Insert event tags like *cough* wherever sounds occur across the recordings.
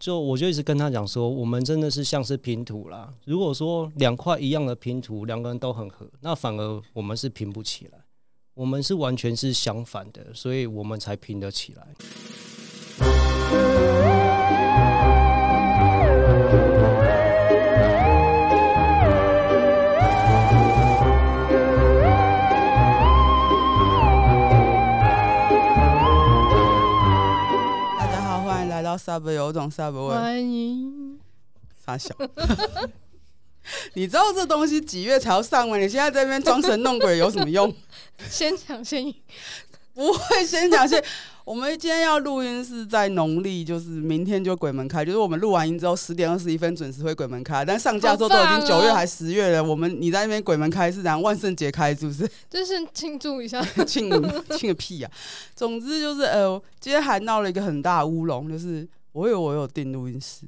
就我就一直跟他讲说，我们真的是像是拼图啦。如果说两块一样的拼图，两个人都很合，那反而我们是拼不起来。我们是完全是相反的，所以我们才拼得起来。大家好，欢迎来到 Subway，有种 Subway 欢迎，傻小。 *laughs* 你知道这东西几月才要上吗？你现在在那边装神弄鬼有什么 *laughs* 用？先抢先赢，不会先讲先。我们今天要录音是在农历，就是明天就鬼门开，就是我们录完音之后十点二十一分准时会鬼门开，但上架之后都已经好棒哦九月还十月了，我们你在那边鬼门开是然万圣节开是不是？就是庆祝一下。 *laughs* *laughs* 庆庆个屁呀、总之就是呃，今天还闹了一个很大的乌龙，就是我以为我有订录音室，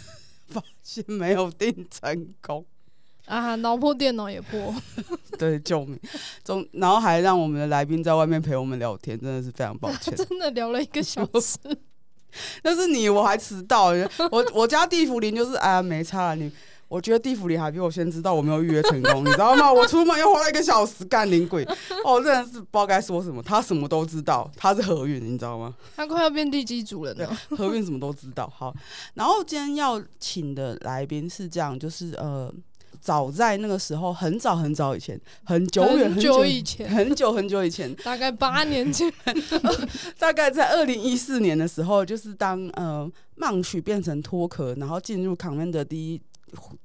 *laughs* 发现没有订成功，啊，脑破电脑也破， *laughs* 对，救命！总然后还让我们的来宾在外面陪我们聊天，真的是非常抱歉。真的聊了一个小 *laughs* 时，但是你我还迟到，我我家地府林就是啊没差了你。我觉得地府里还比我先知道我没有预约成功，你知道吗？我出门又花了一个小时干灵鬼，哦，真的是不知道该说什么。他什么都知道，他是何运，你知道吗？他快要变地基主人对了。，何韵什么都知道。好，然后今天要请的来宾是这样，就是呃，早在那个时候，很早很早以前，很久远很久以以前，很久很久以前，大概八 *laughs* 年前，大概在二零一四年的时候，就是当呃曼曲变成脱壳，然后进入 Convent 的第一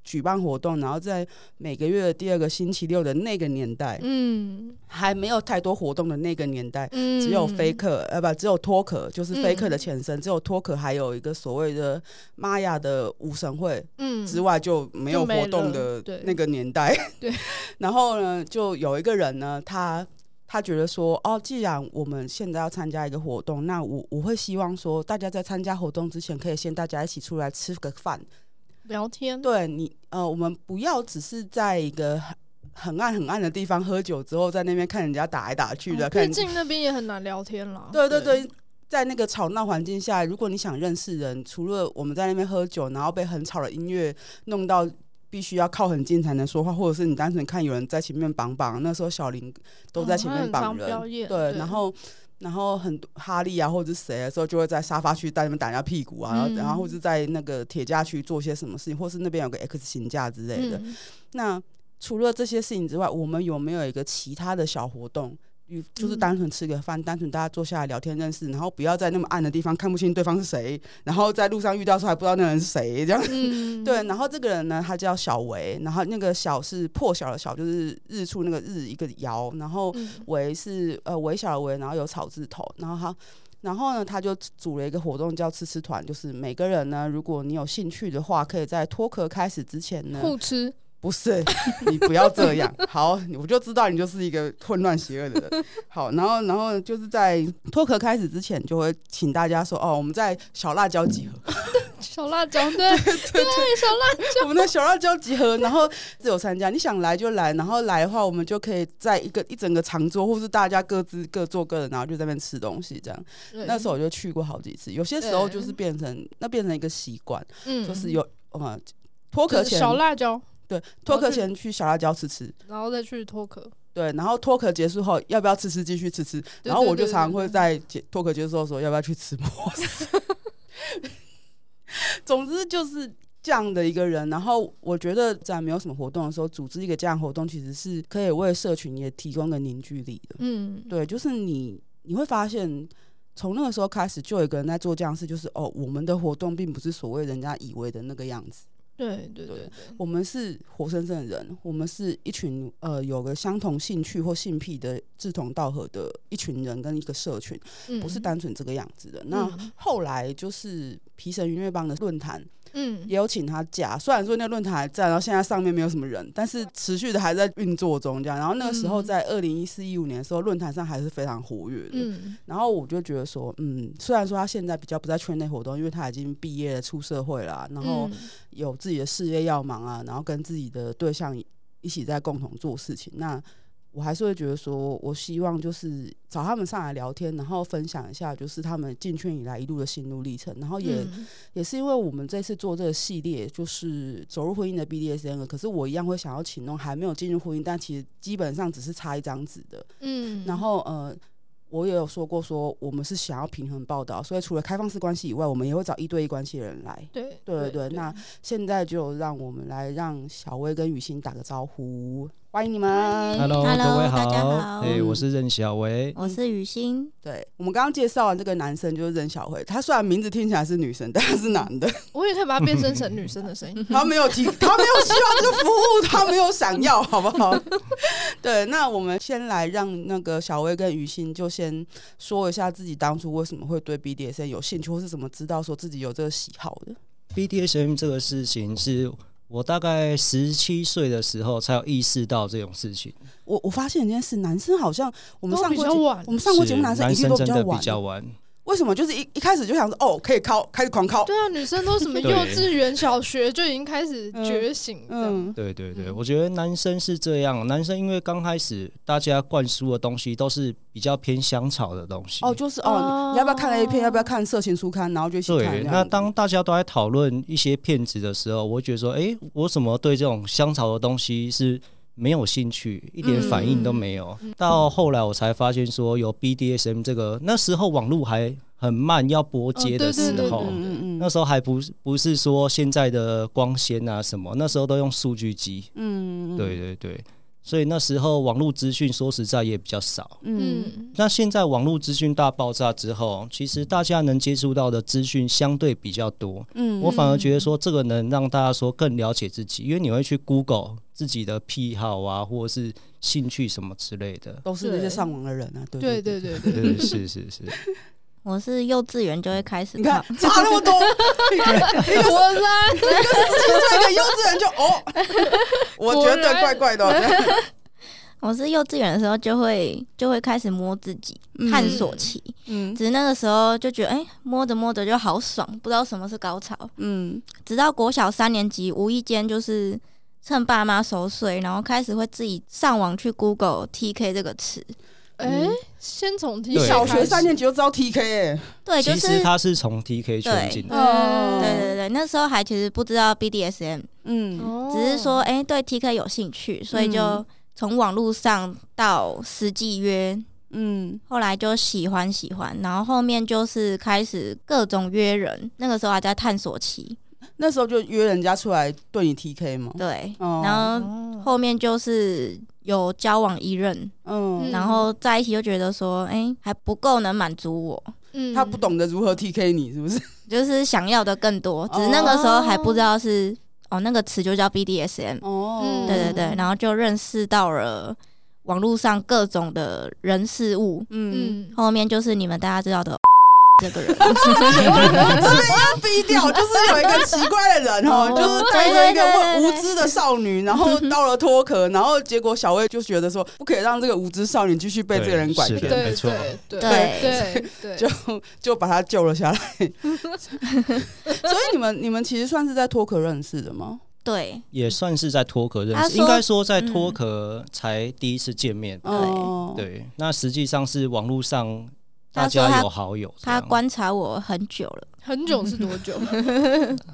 举办活动，然后在每个月的第二个星期六的那个年代，嗯还没有太多活动的那个年代，嗯，只有飞客，呃，不，只有脱壳，就是飞客的嗯前身，只有脱壳，还有一个所谓的玛雅的武神会嗯之外，就没有就没活动了的对那个年代。对， *laughs* 然后呢，就有一个人呢，他他觉得说，哦，既然我们现在要参加一个活动，那我我会希望说，大家在参加活动之前，可以先大家一起出来吃个饭，聊天，哦对你，呃，我们不要只是在一个很。很暗很暗的地方喝酒之后，在那边看人家打来打去的，哦看毕人家竟那边也很难聊天啦。对对，对，在那个吵闹环境下，如果你想认识人，除了我们在那边喝酒，然后被很吵的音乐弄到必须要靠很近才能说话，或者是你单纯看有人在前面绑绑，那时候小林都在前面绑哦他很常人，表演对，对然后。然后很多哈利啊，或者是谁的时候，就会在沙发区带你们打人家屁股啊，然后、嗯然后或是在那个铁架区做些什么事情，或是那边有个 X 型架之类的。嗯，那除了这些事情之外，我们有没有一个其他的小活动？与嗯就是单纯吃个饭，单纯大家坐下来聊天认识，然后不要在那么暗的地方看不清对方是谁，然后在路上遇到的时候还不知道那人是谁，这样。嗯，对，然后这个人呢，他叫小维，然后那个小是破晓的小，就是日出那个日一个瑶，然后嗯维是呃微小的维，然后有草字头，然后他，然后呢，他就组了一个活动叫吃吃团，就是每个人呢，如果你有兴趣的话，可以在脱壳开始之前呢，互吃，不是， *laughs* 你不要这 *laughs* 样。好，我就知道你就是一个混乱邪恶的人。好，然后然后就是在脱壳开始之前，就会请大家说哦，我们在小辣椒 *laughs* 集合，小辣椒， *laughs* 对对，小辣，我们在小辣椒集 *laughs* 合，然后自由参加，你想来就来，然后来的话，我们就可以在一个一整个长桌，或是大家各自各做各的，然后就在那边吃东西这样。那时候候我就去过好几次，有些时候对就是变成那变成一个习惯，就是有呃脱脱壳前嗯小辣哦椒，对脱壳去前去小辣椒吃吃。然后再去脱壳，对，然后脱壳结束后，要不要吃吃继续吃吃？然后我就对对常常对会对在结脱壳结束的时候，要不要去吃摩斯？ *laughs* 总之就是这样的一个人。然后我觉得在没有什么活动的时候，组织一个这样的活动，其实是可以为社群也提供个凝聚力的。嗯，对，就是你你会发现。从那个时候开始，就有一个人在做这样的事，就是哦，我们的活动并不是所谓人家以为的那个样子。对对对对对。我们是活生生的人，我们是一群呃有个相同兴趣或性癖的志同道合的一群人跟一个社群，不是单纯这个样子的。那嗯后来就是皮神云乐帮的论坛嗯，也有请他假，虽然说那个论坛还在，然后现在上面没有什么人，但是持续的还在运作中这样。然后那个时候嗯在二零一四一五年的时候，论坛上还是非常活跃的。嗯然后我就觉得说，嗯，虽然说他现在比较不在圈内活动，因为他已经毕业了、出社会了，啊然后嗯有自己的事业要忙啊，然后跟自己的对象一起在共同做事情。那我还是会觉得说，我希望就是找他们上来聊天，然后分享一下就是他们进圈以来一路的心路历程，然后也、嗯也是因为我们这次做这个系列，就是走入婚姻的 BDSM，了可是我一样会想要请那种还没有进入婚姻，但其实基本上只是差一张纸的。嗯然后呃，我也有说过说我们是想要平衡报道，所以除了开放式关系以外，我们也会找一对一关系的人来。对对对对那现在就让我们来让小薇跟雨欣打个招呼，欢迎你们。 Hello，各位大家好，好哎、我是任小维，我是雨欣，对我们刚刚介绍完这个男生就是任小慧，他虽然名字听起来是女生，但他是男 *laughs* 的，我也可以把它变身成女生的声音。他没有提，他没有需要这个服务，他没有想要，好不 *laughs* 好？对，那我们先来让那个小薇跟雨欣就先说一下自己当初为什么会对 BDSM 有兴趣，或是怎么知道说自己有这个喜好的。 BDSM 这个事情是我大概十七岁的时候才有意识到这种事情。我我发现一件事，男生好像我们都上比过较节晚我们上过节目，是男生一男定生都比真较的晚比，较晚，为什么？就是一一开始就想说，哦，可以靠，开始狂靠，对啊，女生都什么幼对稚园、小学就已经开始觉醒，这样嗯，对对对，嗯我觉得男生是这样，男生因为刚开始大家灌输的东西都是比较偏香草的东西。哦，就是哦，你要不要看 A 片？哦要不要看色情书刊？然后就一起看这对，样子。那当大家都在讨论一些骗子的时候，我会觉得说，哎、我怎么对这种香草的东西是没有兴趣，一点反应都没有。嗯到后来我才发现说，有 BDSM 这个，那时候网络还很慢，要拨接哦的时对对对候，对嗯嗯那时候还不是不是说现在的光纤啊什么，那时候都用数据机。嗯，嗯对，对对，所以那时候网络资讯说实在也比较少。嗯嗯，那现在网络资讯大爆炸之后，其实大家能接触到的资讯相对比较多，嗯我反而觉得说这个能让大家说更了解自己，因为你会去 Google 自己的癖好啊，或者是兴趣什么之类的。都是那些上网的人啊，对对对对。对对， *laughs* 对，是是是，我是幼稚园就会开始你看 *laughs* 看，差那么多，你看 *laughs* 果然现在的幼稚园就哦，我觉得怪怪的哦。我是幼稚园的时候就会就会开始摸自己，嗯探索期。嗯只是那个时候就觉得，哎、摸着摸着就好爽，不知道什么是高潮。嗯直到国小三年级，无意间就是趁爸妈熟睡，然后开始会自己上网去 Google TK 这个词。哎，先从提对嗯小学开始三年级就知道 TK 哎，对，就其是实它是从 TK 圈进来，哦对对对，那时候还其实不知道 BDSM，嗯哦只是说，哎、对 TK 有兴趣，所以就嗯从网络上到实际约，嗯后来就喜欢喜欢，然后后面就是开始各种约人，那个时候还在探索期，那时候就约人家出来对你 TK 嘛，对，哦然后哦后面就是有交往一任，嗯，嗯然后在一起就觉得说，哎、还不够能满足我，嗯他不懂得如何 TK 你是不是？就是想要的更多，只哦是那个时候还不知道是哦那个词就叫 BDSM，哦嗯对对对，然后就认识到了网络上各种的人事物，嗯，嗯，后面就是你们大家知道的这个人。低调，就是有一个奇怪的人哦，哦就是带着一个对对对无对对无知的少女，然后到了脱壳，然后结果小魏就觉得说，不可以让这个无知少女继续被这个人拐对是骗，的对没错对对对 *laughs* 对对，就就把她救了下来。所以你们你们其实算是在脱壳认识的吗？对，也算是在脱壳认他识，说嗯应该说在脱壳才第一次见面吧。哦，对，那实际上是网络上大他说家他有好友这他样，观察我很久了，很久是多久？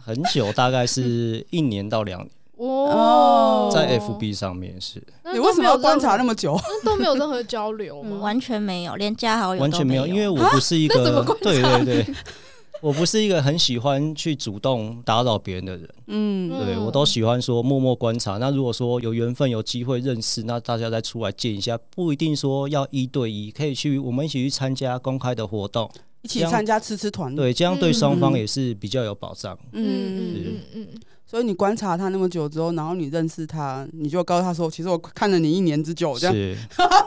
很久，大概是一年到两年，哦，在 FB 上面是那你都为什么没有要观察任那么久？何？那都没有任何交流 *laughs* 吗？嗯完全没哦有，连加好友完都全没没有，因为我不是一那怎么个观，对对对， *laughs* 我不是一个很喜欢去主动打扰别人的人，嗯嗯对我都喜欢说默默观察。那如果说有缘分、有机会认识，那大家再出来见一下，不一定说要一对一，可以去我们一起去参加公开的活动，一起参加吃吃团，对，这样对嗯双方也是比较有保障。嗯嗯。嗯嗯嗯，所以你观察他那么久之后，然后你认识他，你就告诉他说，其实我看了你一年之久，这样是，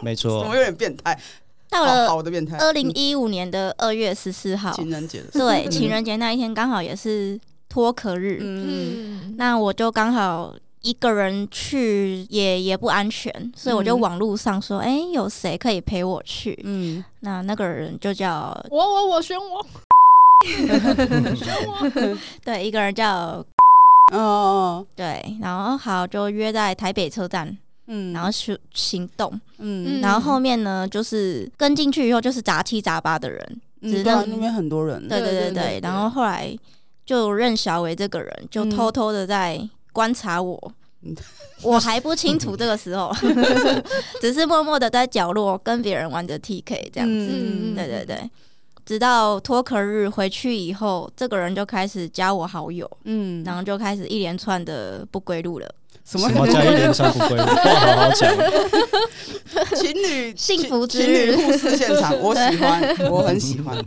没怎错么。有点变态？到好了好的变态。嗯二零一五年的二月十四号，情人节的时候，对，情人节那一天刚好也是脱壳日，嗯嗯，那我就刚好一个人去也也不安全，所以我就嗯网络上说，哎、有谁可以陪我去？嗯，那那个人就叫我我我选我，对，一个人叫哦，对，然后好就约在台北车站，嗯然后去行动。嗯嗯然后后面呢，就是跟进去以后就是杂七杂八的人，嗯，只对啊能那边很多人，对对对对对对。然后后来就认小伟这个人，就嗯偷偷的在观察我嗯。我还不清楚这个时候， *laughs* 只是默默的在角落跟别人玩着 TK 这样子。嗯嗯嗯对对对，直到脱壳日回去以后，这个人就开始加我好友，嗯然后就开始一连串的不归路了。什什么叫一连串不归路？话好好讲。 *laughs* 情侣幸福情之情侣旅故事现 *laughs* 场，我喜 *laughs* 欢，我很喜欢。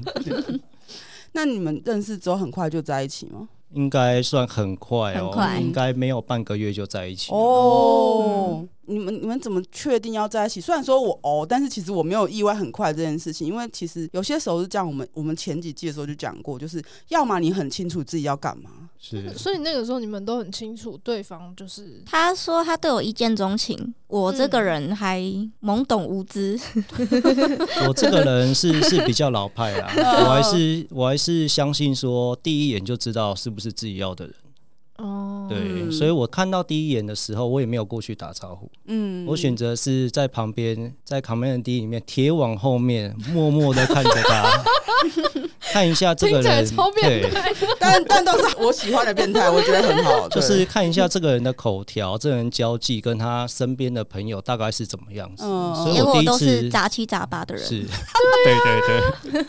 那你们认识之后很快就在一起吗？应该算很快哦，很快应该没有半个月就在一起了。哦，你们你们怎么确定要在一起？虽然说我哦，但是其实我没有意外很快这件事情，因为其实有些时候是这样，我们我们前几季的时候就讲过，就是要么你很清楚自己要干嘛，是所以那个时候你们都很清楚对方就是他说他对我一见钟情，我这个嗯人还懵懂无知，我这个人是 *laughs* 是比较老派啦，我还是我还是相信说第一眼就知道是不是自己要的人。哦，对，嗯所以我看到第一眼的时候，我也没有过去打招呼，嗯，我选择是在旁边，在 Command D 里面铁网后面默默的看着他，看一下这个听起来人，超对变，态，但但倒是我喜欢的变态，我觉得很 *laughs* 好，就对是看一下这个人的口条，这个人交际跟他身边的朋友大概是怎么样子。所以结哦我果第一都是次杂七杂八的人。 *laughs* 是， *laughs* 对对对。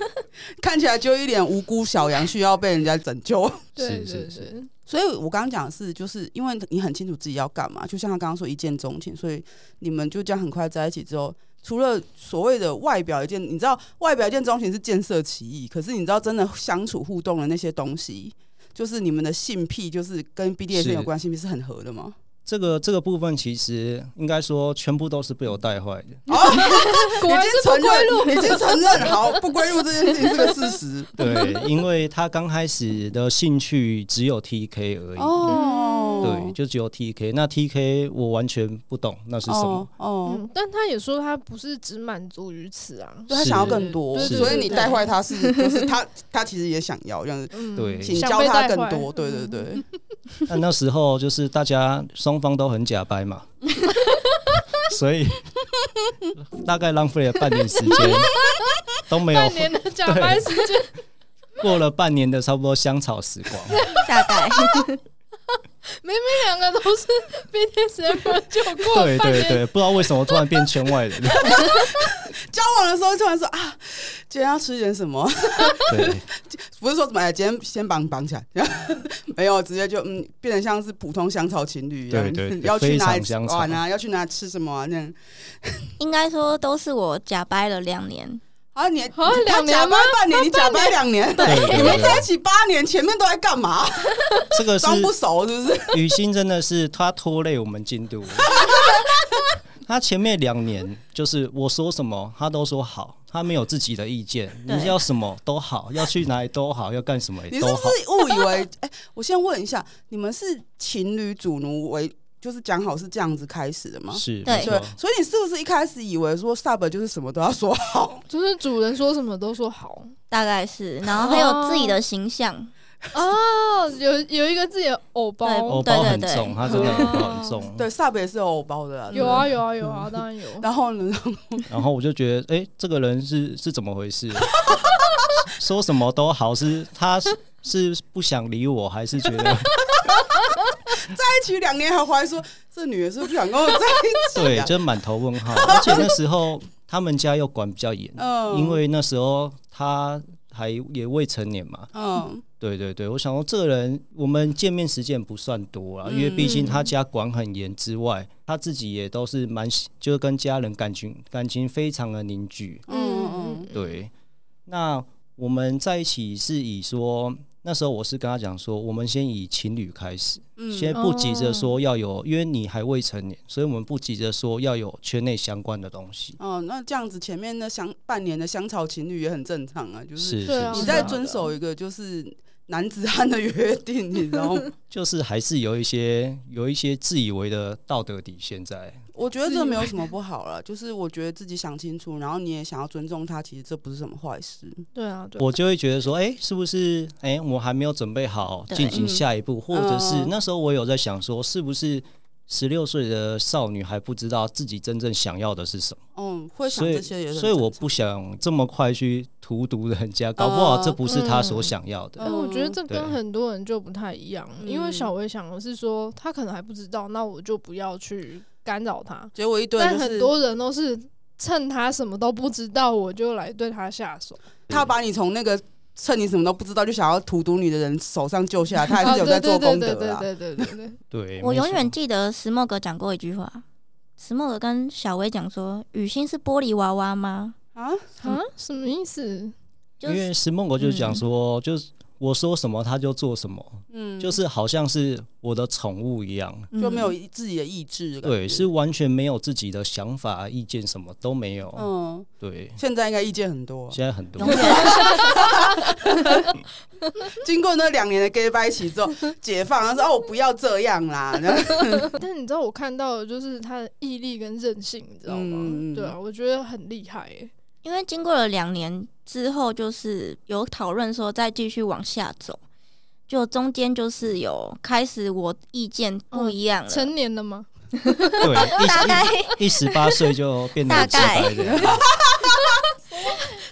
看起来就一脸无辜小羊需要被人家拯救。对是对是对， *laughs* 所以我刚刚讲的是，就是因为你很清楚自己要干嘛，就像他刚刚说一见钟情，所以你们就这样很快在一起之后，除了所谓的外表一见，你知道外表一见钟情是建设歧义，可是你知道真的相处互动的那些东西，就是你们的性癖，就是跟 BDSM 是有关性癖是很合的吗？这个这个部分其实应该说全部都是被我带坏的。哦 *laughs* 果然已经是不承归路，认，已经承认好不归路这件事情是个事实。对，因为他刚开始的兴趣只有 TK 而已，哦，对，嗯就只有 TK。那 TK 我完全不懂那是什么，哦哦嗯，但他也说他不是只满足于此啊，对他想要更多，是是所以你带坏他是，就是他他其实也想要这样子，嗯对请想教被他带更坏嗯多，对对对，但那时候就是大家双方都很假掰嘛，所以大概浪费了半年时间，都没有半年的假掰时间，过了半年的差不多香草时光。大概明明两个都是 BDSM 就过对半对年，对，不知道为什么突然变圈外人。交往的时候突然说啊，今天要吃点什么？ *laughs* 对，不是说什么，哎今天先绑绑起来， *laughs* 没有，直接就嗯，变得像是普通香草情侣一样，对对对 *laughs* 要去非常哪里香草玩啊，要去哪里吃什么啊那样。应该说都是我假掰了两年，啊，你啊你他两年假掰吗半年，你假掰两年， *laughs* 对对对你们在一起八年，前面都在干嘛？这个是装不熟是不是？雨欣真的是她拖累我们进度。她前面两年就是我说什么，她都说好，她没有自己的意见，对你要什么都好，要去哪里都好，要干什么你也是都不好。是误以为？哎、我先问一下，你们是情侣主奴为，就是讲好是这样子开始的吗？是，对没对错，，所以你是不是一开始以为说 sub 就是什么都要说好？就是主人说什么都说好大概是，然后还有自己的形象，啊，有有一个自己的偶包哦欧，包很对对重，对她真的欧包很重。对，sub 也是有偶包的、啊，有啊有啊有啊，当然有。 *laughs* 然后呢，然后我就觉得，哎、这个人是是怎么回 *laughs* 事？说什么都好，是她是是不想理我，还是觉 *laughs* 得在一起两年还怀疑说这女的是不是不想跟我在一起、 *laughs* 对，啊？就是满头问号。而且那时候他们家又管比较严，嗯因为那时候他还也未成年嘛。嗯，对对对，我想说这个人，我们见面时间不算多啊，因为毕竟他嗯家管很严之外，他自己也都是蛮喜就是跟家人感情感情非常的凝聚。嗯对，那我们在一起是以说。那时候我是跟他讲说，我们先以情侣开始，嗯先不急着说要有，因为你还未成年，所以我们不急着说要有圈内相关的东西。哦，那这样子前面那相半年的香草情侣也很正常啊，就是是，对啊是你是在啊遵守一个就是男子汉的约定，你知道吗？就是还是有一些有一些自以为的道德底线在。我觉得这没有 *laughs* 什么不好了，就是我觉得自己想清楚，然后你也想要尊重他，其实这不是什么坏事。对啊，对啊，我就会觉得说，哎、是不是？哎、我还没有准备好对进行下一步，或者是嗯那时候我有在想说，是不是十六岁的少女还不知道自己真正想要的是什么，嗯，会想所这以些也是，所以我不想这么快去荼毒人家，搞不好这不是他所哦嗯想要的。哎，我觉得这对跟很多人就不太一样，因为小薇想的是说，他可能还不知道，那我就不要去干扰他。结果一堆但就很是多人都是趁他什么都不知道，我就来对他下手。嗯他把你从那个趁你什么都不知道就想要荼毒你的人手上救 *laughs* 下来，他还啊，是有在对做对功对德对啦。对对对 *laughs* 对，对，我没永错远记得石墨格讲过一句话，石墨格跟小薇讲说：“雨欣是玻璃娃娃吗啊，啊，什么意思？就因是为石梦我就讲嗯说，就是我说什么他就做什么，嗯，就是好像是我的宠物一样，？”嗯就没有自己的意志的感嗯觉。对，是完全没有自己的想法、意见，什么都没有。嗯，对，现在应该意见很多。啊现在很多 *laughs* 永远经过那两年的 gay 掰期之后，解放，他说：“哦，我不要这样啦。 *laughs* 然后但你知道我看到的就是他的毅力跟韧性，你知道嗯嗯嗯吗？对啊，我觉得很厉害耶。因为经过了两年之后，就是有讨论说再继续往下走，就中间就是有开始我意见不一啊样了，成年了吗？ *laughs* 大概对，一一十八岁就变得很直白的样子，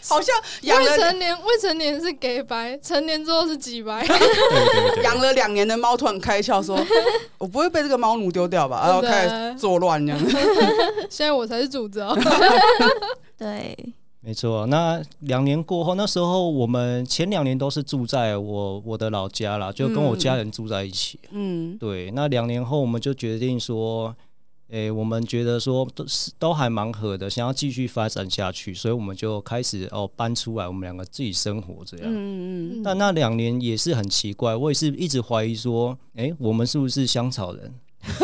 好像养未了成年，未成年是 gay 白，成年之后是几白。对对养对，了 *laughs* 两年的猫突然开窍，说：“我不会被这个猫奴丢掉吧？”然后对开始作乱这样。现在我才是主子哦。对，没错。那两年过后，那时候我们前两年都是住在我我的老家啦，就跟嗯我家人住在一起。嗯对，那两年后我们就决定说，诶、我们觉得说都是都还蛮合的，想要继续发展下去，所以我们就开始哦搬出来，我们两个自己生活这样。嗯嗯但那两年也是很奇怪，我也是一直怀疑说，诶、我们是不是香草人？ *laughs*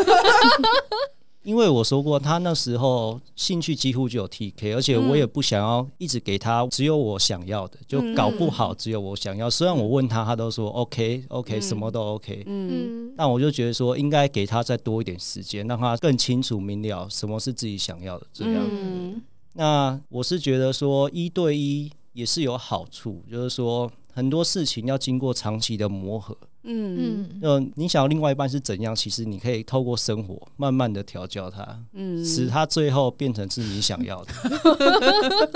因为我说过，他那时候兴趣几乎就有 TK，而且我也不想要一直给他只有我想要的，就搞不好只有我想要。虽然我问他，他都说 OK OK，、什么都 OK。嗯 *laughs* 嗯，但我就觉得说，应该给他再多一点时间，让他更清楚明了什么是自己想要的。这样，嗯那我是觉得说一对一也是有好处，就是说很多事情要经过长期的磨合。嗯嗯，呃，你想要另外一半是怎样，其实你可以透过生活慢慢的调教他，嗯使他最后变成是你想要的。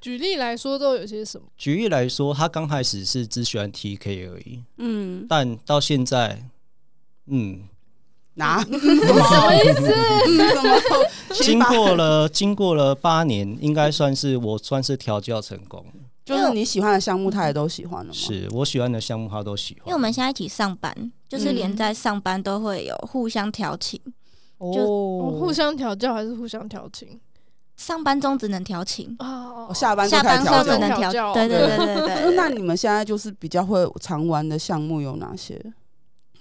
举例来说，都有些什么？举例来说，他刚开始是只喜欢 TK 而已，嗯，但到现在，嗯，拿什么意思？ *laughs* 什么？经过了经过了八年，应该算是我算是调教成功了。就是你喜欢的项目，他也都喜欢了吗？，是我喜欢的项目，他都喜欢。因为我们现在一起上班，就是连嗯在上班都会有互相调情，哦互相调教还是互相调情上班中只能调情，哦啊？我哦下班就下开班始后调只教能调调教对对对对 *laughs* 对那你们现在就是比较会常玩的项目有哪些？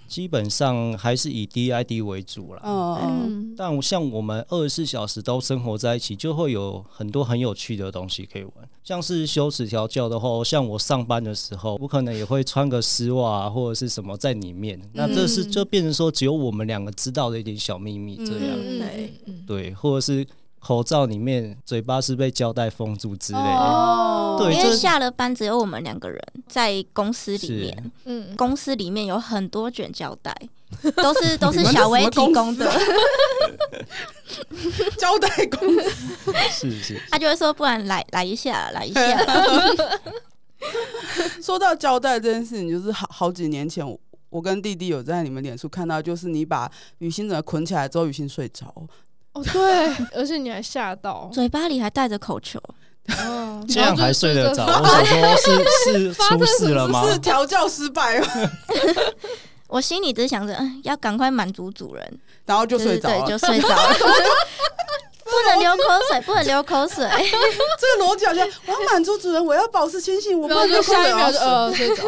基本上还是以 DID 为主啦。嗯，嗯，但像我们二十四小时都生活在一起，就会有很多很有趣的东西可以玩。像是羞耻调教的话，像我上班的时候，我可能也会穿个丝袜、啊、或者是什么在里面。那这是嗯就变成说，只有我们两个知道的一点小秘密这样。嗯对嗯对，或者是口罩里面嘴巴是被胶带封住之类的。哦啊对因为这下了班只有我们两个人在公司里是面，嗯，公司里面有很多卷胶带，都 *laughs* 是都你是们小薇这什么提供公司的啊。 *laughs* 交代公司是是，他就会说，不然来来一下，来一下。说到交代这件事情，就是好好几年前我。我跟弟弟有在你们脸书看到，就是你把雨欣整个捆起来之后，雨欣睡着，哦对，而且你还吓到，嘴巴里还带着口球，嗯，这样然后就还睡得着？就我想说是，是出事了吗？是调教失败了，我心里只想着，嗯，要赶快满足主人，然后就对睡对着了。对，就睡着 *laughs* 了。不能流口水，不能流口 *laughs* 水。哎这个逻辑好像我要满足主人，我要保持清醒，我不 *laughs* 然后能就够下一秒就睡着呃睡着，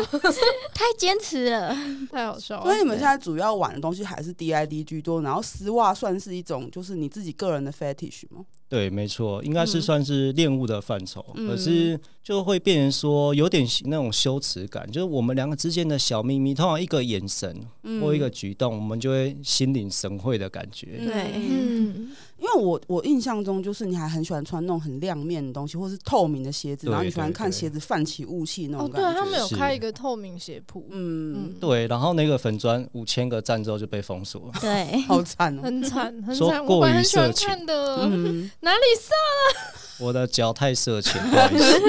太坚持了， *laughs* 太好 *laughs* 笑所以你了。哦们现在主要玩的东西还是 DID 居多，然后丝袜算是一种就是你自己个人的 fetish 吗？对，没错，应该是嗯算是恋物的范畴，嗯可是就会变成说有点那种羞耻感，就是我们两个之间的小秘密，通常一个眼嗯嗯神或一个举动，我们就会心领神会的感觉。对嗯嗯，因为为我我印象中就是你还很喜欢穿那种很亮面的东西，或是透明的鞋子，对然后你喜欢对看对鞋子泛起雾气那哦，种对感他觉。们有是开一个透明鞋铺，嗯，嗯，，对，然后那个粉砖五千个赞之后就被封锁了。对， *laughs* 好惨哦。嗯很惨很说惨，我过本来于很喜欢色情看的，嗯，哪里色我的脚太色情，不好意 *laughs* 思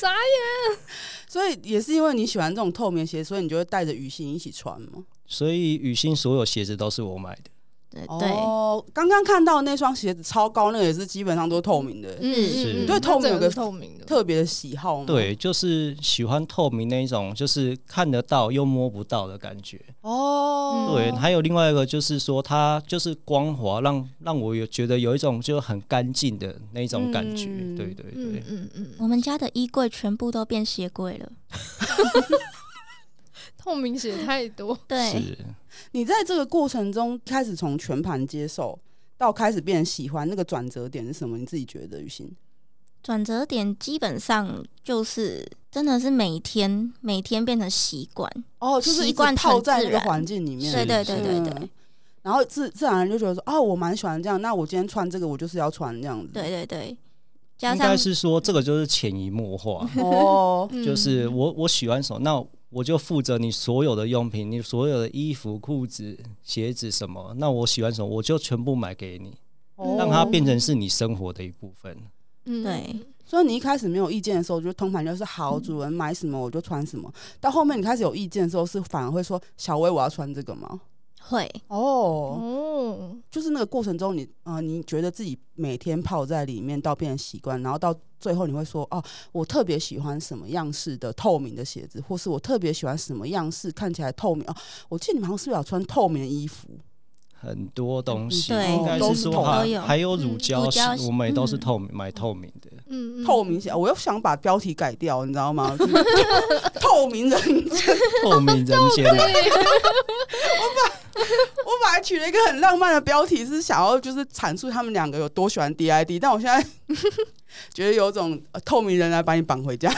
啥所以也是因为你喜欢这种透明鞋，所以你就会带着雨欣一起穿吗？所以雨欣所有鞋子都是我买的。对对，哦，刚刚看到那双鞋子超高，那个也是基本上都是透明的，嗯是嗯对嗯，它透明整有个个是透明的，特别的喜好吗？，对，就是喜欢透明那一种，就是看得到又摸不到的感觉。嗯哦，对，还有另外一个就是说，它就是光滑，让让我有觉得有一种就很干净的那种感觉。嗯对对对嗯，嗯嗯，我们家的衣柜全部都变鞋柜了，透明鞋太多，对，是你在这个过程中开始从全盘接受到开始变喜欢，那个转折点是什么？你自己觉得，雨欣？转折点基本上就是真的是每天每天变成习惯，哦，就是一习直惯成泡在自那个然环境里面，对对对是对嗯对然后自自然而然就觉得说，哦，我蛮喜欢这样，那我今天穿这个，我就是要穿这样子。对对对，加应上该是说这个就是潜移默化，哦，嗯就是我我喜欢什么，那我就负责你所有的用品，你所有的衣服、裤子、鞋子什么，那我喜欢什么，我就全部买给你，哦让它变成是你生活的一部分。嗯对所以你一开始没有意见的时候，就通盘就是好，主人买什么我就穿什么。到后面你开始有意见的时候，是反而会说小薇我要穿这个吗？会哦，哦，就是那个过程中你，啊，你觉得自己每天泡在里面到变成习惯，然后到最后你会说哦，我特别喜欢什么样式的透明的鞋子，或是我特别喜欢什么样式看起来透明哦。我记得你们好像是不是有穿透明的衣服？很多东西，嗯对应该是说都还有还有乳嗯胶乳胶，嗯我们也都是透明买透明的。 *laughs* 嗯，嗯透明鞋，我又想把标题改掉，你知道吗？就是 *laughs* 透明人，透明人间啊， *laughs* 我本来取了一个很浪漫的标题，是想要就是阐述他们两个有多喜欢 DID，但我现在觉得有种、呃透明人来把你绑回家。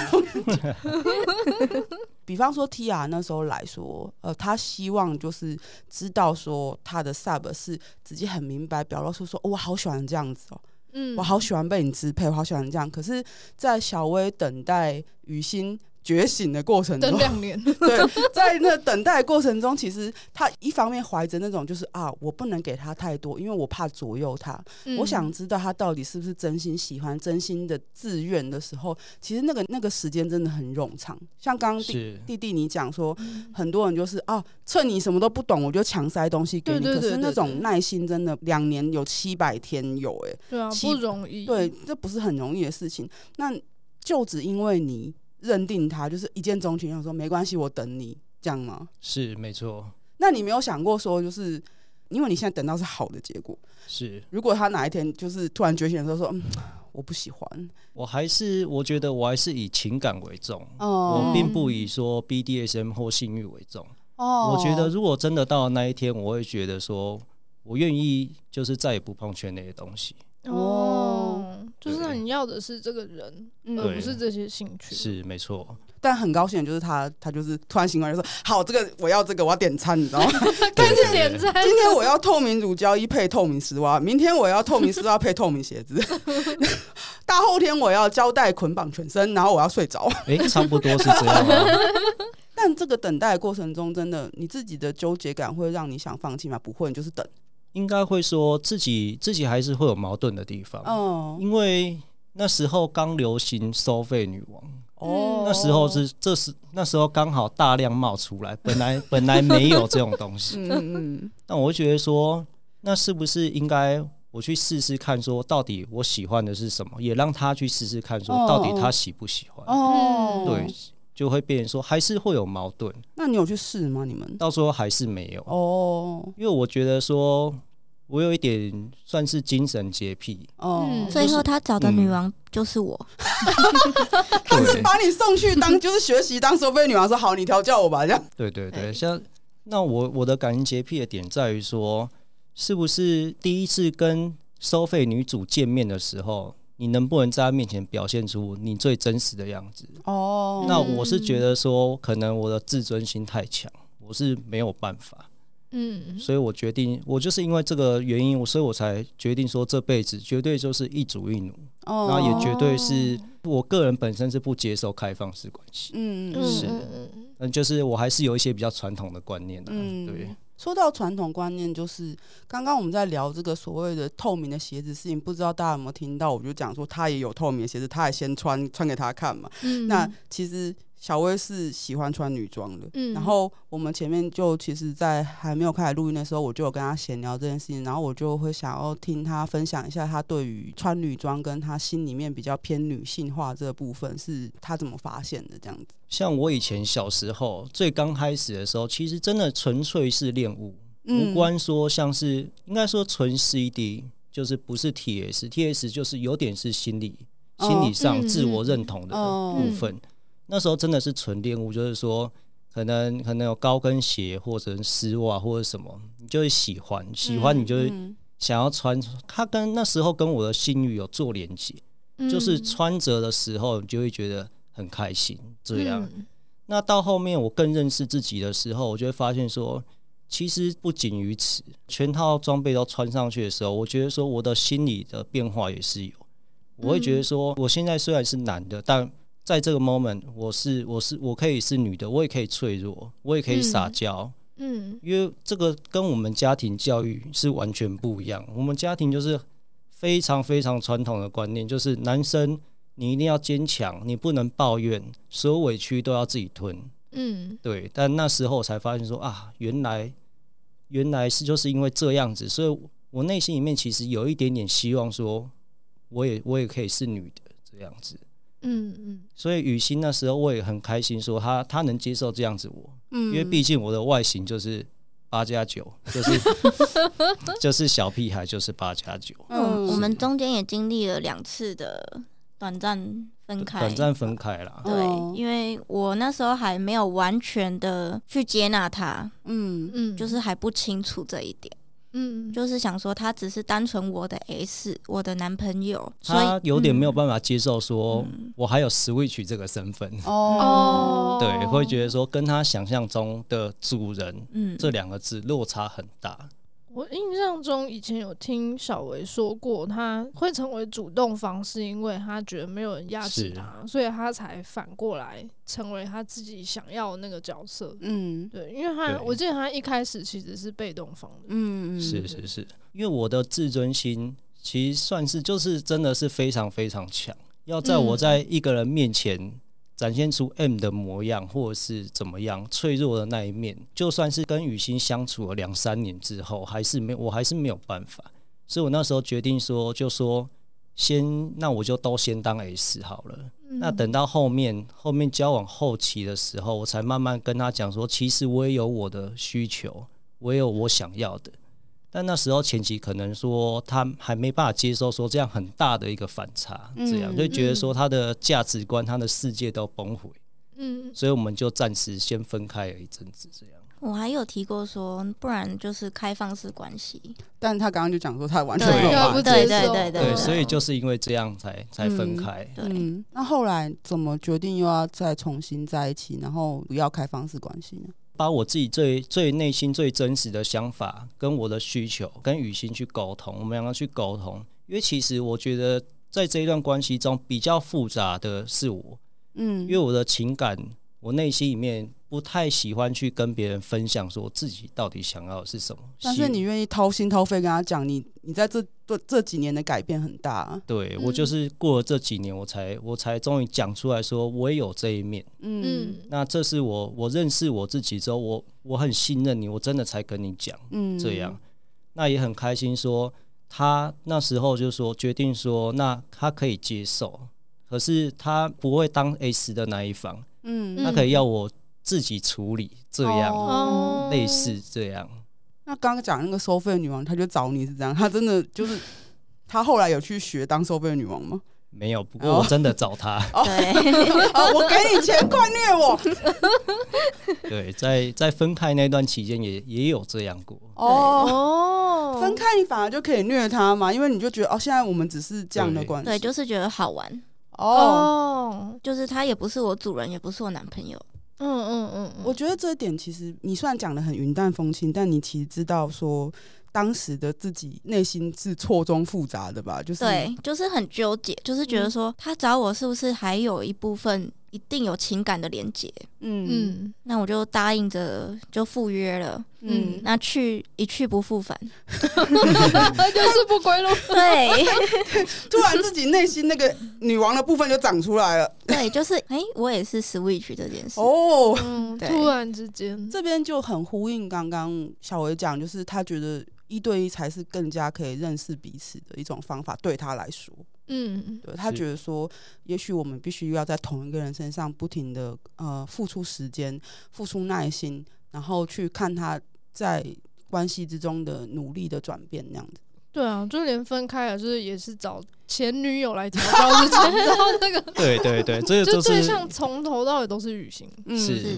比方说 Tia 那时候来说，呃，他希望就是知道说他的 sub 是直接很明白表露出说、哦我好喜欢这样子哦，嗯，我好喜欢被你支配，我好喜欢这样。可是，在小薇等待雨欣觉醒的过程中等，两年，对，在那等待的过程中，其实他一方面怀着那种就是啊，我不能给他太多，因为我怕左右他。嗯 *laughs* 我想知道他到底是不是真心喜欢、真心的自愿的时候，其实那个那个时间真的很冗长。像刚刚弟是弟弟你讲说，嗯很多人就是啊，趁你什么都不懂，我就强塞东西给你。对可对对是对那对种耐心真的两年有七百天有哎、对啊，七不容易，对，这不是很容易的事情。那就只因为你认定他就是一见钟情，想说没关系，我等你，这样吗？是没错，那你没有想过说，就是因为你现在等到是好的结果，是如果他哪一天就是突然觉醒的时候说，嗯，我不喜欢，我还是我觉得我还是以情感为重，哦我并不以说 BDSM 或性欲为重。哦我觉得如果真的到了那一天，我会觉得说，我愿意就是再也不碰圈内的东西。哦，就是那对你要的是这个人，嗯而不是这些兴趣，是没错，但很高兴的就是他，他就是突然醒过来就说，好，这个我要这个，我要点餐，你知道 *laughs* 吗？对 *laughs* 开对始点赞，今天我要透明乳胶衣配透明丝袜，明天我要透明丝袜配透明鞋子， *laughs* 大后天我要胶带捆绑全身，然后我要睡着。 *laughs* 哎、诶差不多是这样、啊。但这个等待的过程中，真的你自己的纠结感会让你想放弃吗？不会，你就是等。应该会说自己自己还是会有矛盾的地方，嗯，因为那时候刚流行收费女王，哦，那时候是这是那时候刚好大量冒出来，本来本来没有这种东 *laughs* 西，嗯，嗯嗯。那我会觉得说，那是不是应该我去试试看，说到底我喜欢的是什么，也让他去试试看，说到底他喜不喜欢？哦，嗯对，，就会变成说还是会有矛盾，那你有去试吗？你们？到时候还是没有，哦因为我觉得说我有一点算是精神洁 *laughs* 癖，哦嗯，最后他找的女嗯王就是我，他是对把你送去 *laughs* 当就是学习当收费女王，说好你调教我 *laughs* 吧，这样。对对对，对像那我我的感情洁癖的点在于说，是不是第一次跟收费女主见面的时候，你能不能在她面前表现出你最真实的样子？哦那我是觉得说，可能我的自尊心太强，我是没有办法。嗯，所以我决定，我就是因为这个原因，我所以我才决定说这辈子绝对就是一主一奴，哦，那也绝对是我个人本身是不接受开放式关系，嗯嗯是嗯。嗯嗯嗯，就是我还是有一些比较传统的观念的、嗯啊对，说到传统观念，就是刚刚我们在聊这个所谓的透明的鞋子事情，不知道大家有没有听到？我就讲说他也有透明的鞋子，他也先穿穿给他看嘛。嗯那其实小薇是喜欢穿女装的，嗯然后我们前面就其实，在还没有开始录音的时候，我就有跟她闲聊这件事情，然后我就会想要听她分享一下她对于穿女装跟她心里面比较偏女性化这部分是她怎么发现的这样子。像我以前小时候最刚开始的时候，其实真的纯粹是练舞，嗯无关说像是应该说纯 CD，就是不是 TS，TS 就是有点是心理、哦心理上嗯自我认同的哦部分。那时候真的是纯练舞，就是说可能可能有高跟鞋或者是丝袜或者什么，你就会喜欢，喜欢你就会嗯想要穿。它跟那时候跟我的心语有做连接，嗯嗯就是穿着的时候你就会觉得很开心，这样。，嗯那到后面我更认识自己的时候，我就会发现说，其实不仅于此，全套装备都穿上去的时候，我觉得说我的心理的变化也是有。我会觉得说，我现在虽然是男的，但在这个 moment，我是我是我可以是女的，我也可以脆弱，我也可以撒嗯娇，嗯因为这个跟我们家庭教育是完全不一样。我们家庭就是非常非常传统的观念，就是男生你一定要坚强，你不能抱怨，所有委屈都要自己吞。嗯对，但那时候我才发现说啊，原来原来是就是因为这样子，所以我内心里面其实有一点点希望说，我也我也可以是女的这样子。嗯嗯所以雨欣那时候我也很开心，说她她能接受这样子我，嗯因为毕竟我的外形就是八加九，就是 *laughs* 就是小屁孩，就是八加九，嗯，我们中间也经历了两次的短暂分开，短暂分开啦。哦对，因为我那时候还没有完全的去接纳他，嗯嗯，就是还不清楚这一点，嗯就是想说他只是单纯我的 S，我的男朋友，所以她有点没有办法哦接受，说嗯我还有 Switch 这个身份，哦对，会觉得说跟她想象中的主人嗯，这两个字落差很大。我印象中以前有听小维说过，他会成为主动方，是因为他觉得没有人压制是他，所以他才反过来成为他自己想要的那个角色。嗯对，因为他对我记得他一开始其实是被动方的，嗯是是是，因为我的自尊心其实算是就是真的是非常非常强，要在我嗯在一个人面前展现出 M 的模样，或者是怎么样脆弱的那一面，就算是跟雨欣相处了两三年之后，还是没有我还是没有办法，所以我那时候决定说，就说先那我就都先当 S 好了。嗯那等到后面后面交往后期的时候，我才慢慢跟他讲说，其实我也有我的需求，我也有我想要的。但那时候前期可能说他还没办法接受说这样很大的一个反差，嗯这样就觉得说他的价值观、他的世界都崩毁，嗯所以我们就暂时先分开了一阵子，这样。我还有提过说，不然就是开放式关系，但他刚刚就讲说他完全对没有要办不法接对受对对对，对，所以就是因为这样才才分开。对，嗯，那后来怎么决定又要再重新在一起，然后不要开放式关系呢？把我自己最最内心最真实的想法跟我的需求跟雨欣去沟通，我们两个去沟通，因为其实我觉得在这一段关系中比较复杂的是我，嗯因为我的情感，我内心里面不太喜欢去跟别人分享说自己到底想要的是什么。但是希你愿意掏心掏肺跟他讲，你你在这这这几年的改变很大啊、对我就是过了这几年，我才我才终于讲出来说我也有这一面。嗯嗯那这是我我认识我自己之后，我我很信任你，我真的才跟你讲。嗯这样，，那也很开心说他那时候就说决定说，那他可以接受，可是他不会当 S 的那一方，嗯，他可以要我自己处理，这样、哦哦，类似这样。那刚刚讲那个收费女王，她就找你是这样，她真的就是。她后来有去学当收费女王 *laughs* 吗？没有，不过我哦真的找他。对， *laughs* 啊，我给你钱，快虐我！ *laughs* 对，在在分开那段期间也也有这样过。 *laughs* 哦，哦，分开你反而就可以虐她嘛，因为你就觉得哦，现在我们只是这样的关系。 *laughs* 对，就是觉得好玩，哦，哦，就是他也不是我主人，也不是我男朋友，嗯嗯嗯嗯，我觉得这一点其实你虽然讲的很云淡风轻，但你其实知道说当时的自己内心是错综复杂的吧？就是嗯对，就是很纠结，就是觉得说他找我是不是还有一部分一定有情感的连接？嗯嗯 *laughs* 那我就答应着就赴约了，嗯那去一去不 *laughs* 复返。那就是不归路。对突然自己内心那个女王的部分就长出来了。 *laughs* 对，就是哎、我也是 Switch 这件事。哦， *laughs* 嗯，对突然之间，这边就很呼应刚刚小维讲，就是他觉得一对一才是更加可以认识彼此的一种方法，对他来说。嗯对他是觉得说，也许我们必须要在同一个人身上不停的呃付出时间、付出耐心，然后去看他在关系之中的努力的转变那样子。对啊，就连分开了，就是也是找前女友来调教自己，然后那个对对对， *laughs* 这个就就对是象从头到尾都是雨欣。嗯是是，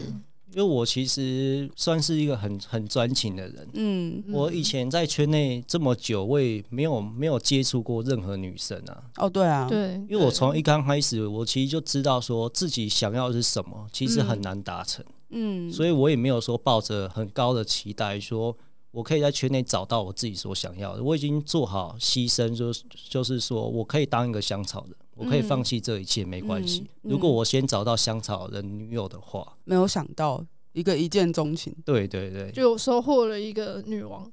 因为我其实算是一个很很专情的人。嗯，我以前在圈内这么久，我也没有没有接触过任何女生啊。哦，对啊，对，因为我从一刚开始，我其实就知道说自己想要的是什么，其实很难达成，嗯，所以我也没有说抱着很高的期待，说我可以在圈内找到我自己所想要的。我已经做好牺牲，就是就是说我可以当一个香草人，我可以放弃这一切，没关系。嗯如果我先找到香草人女友的话，没有想到一个一见钟情，对对对，就有收获了一个女王，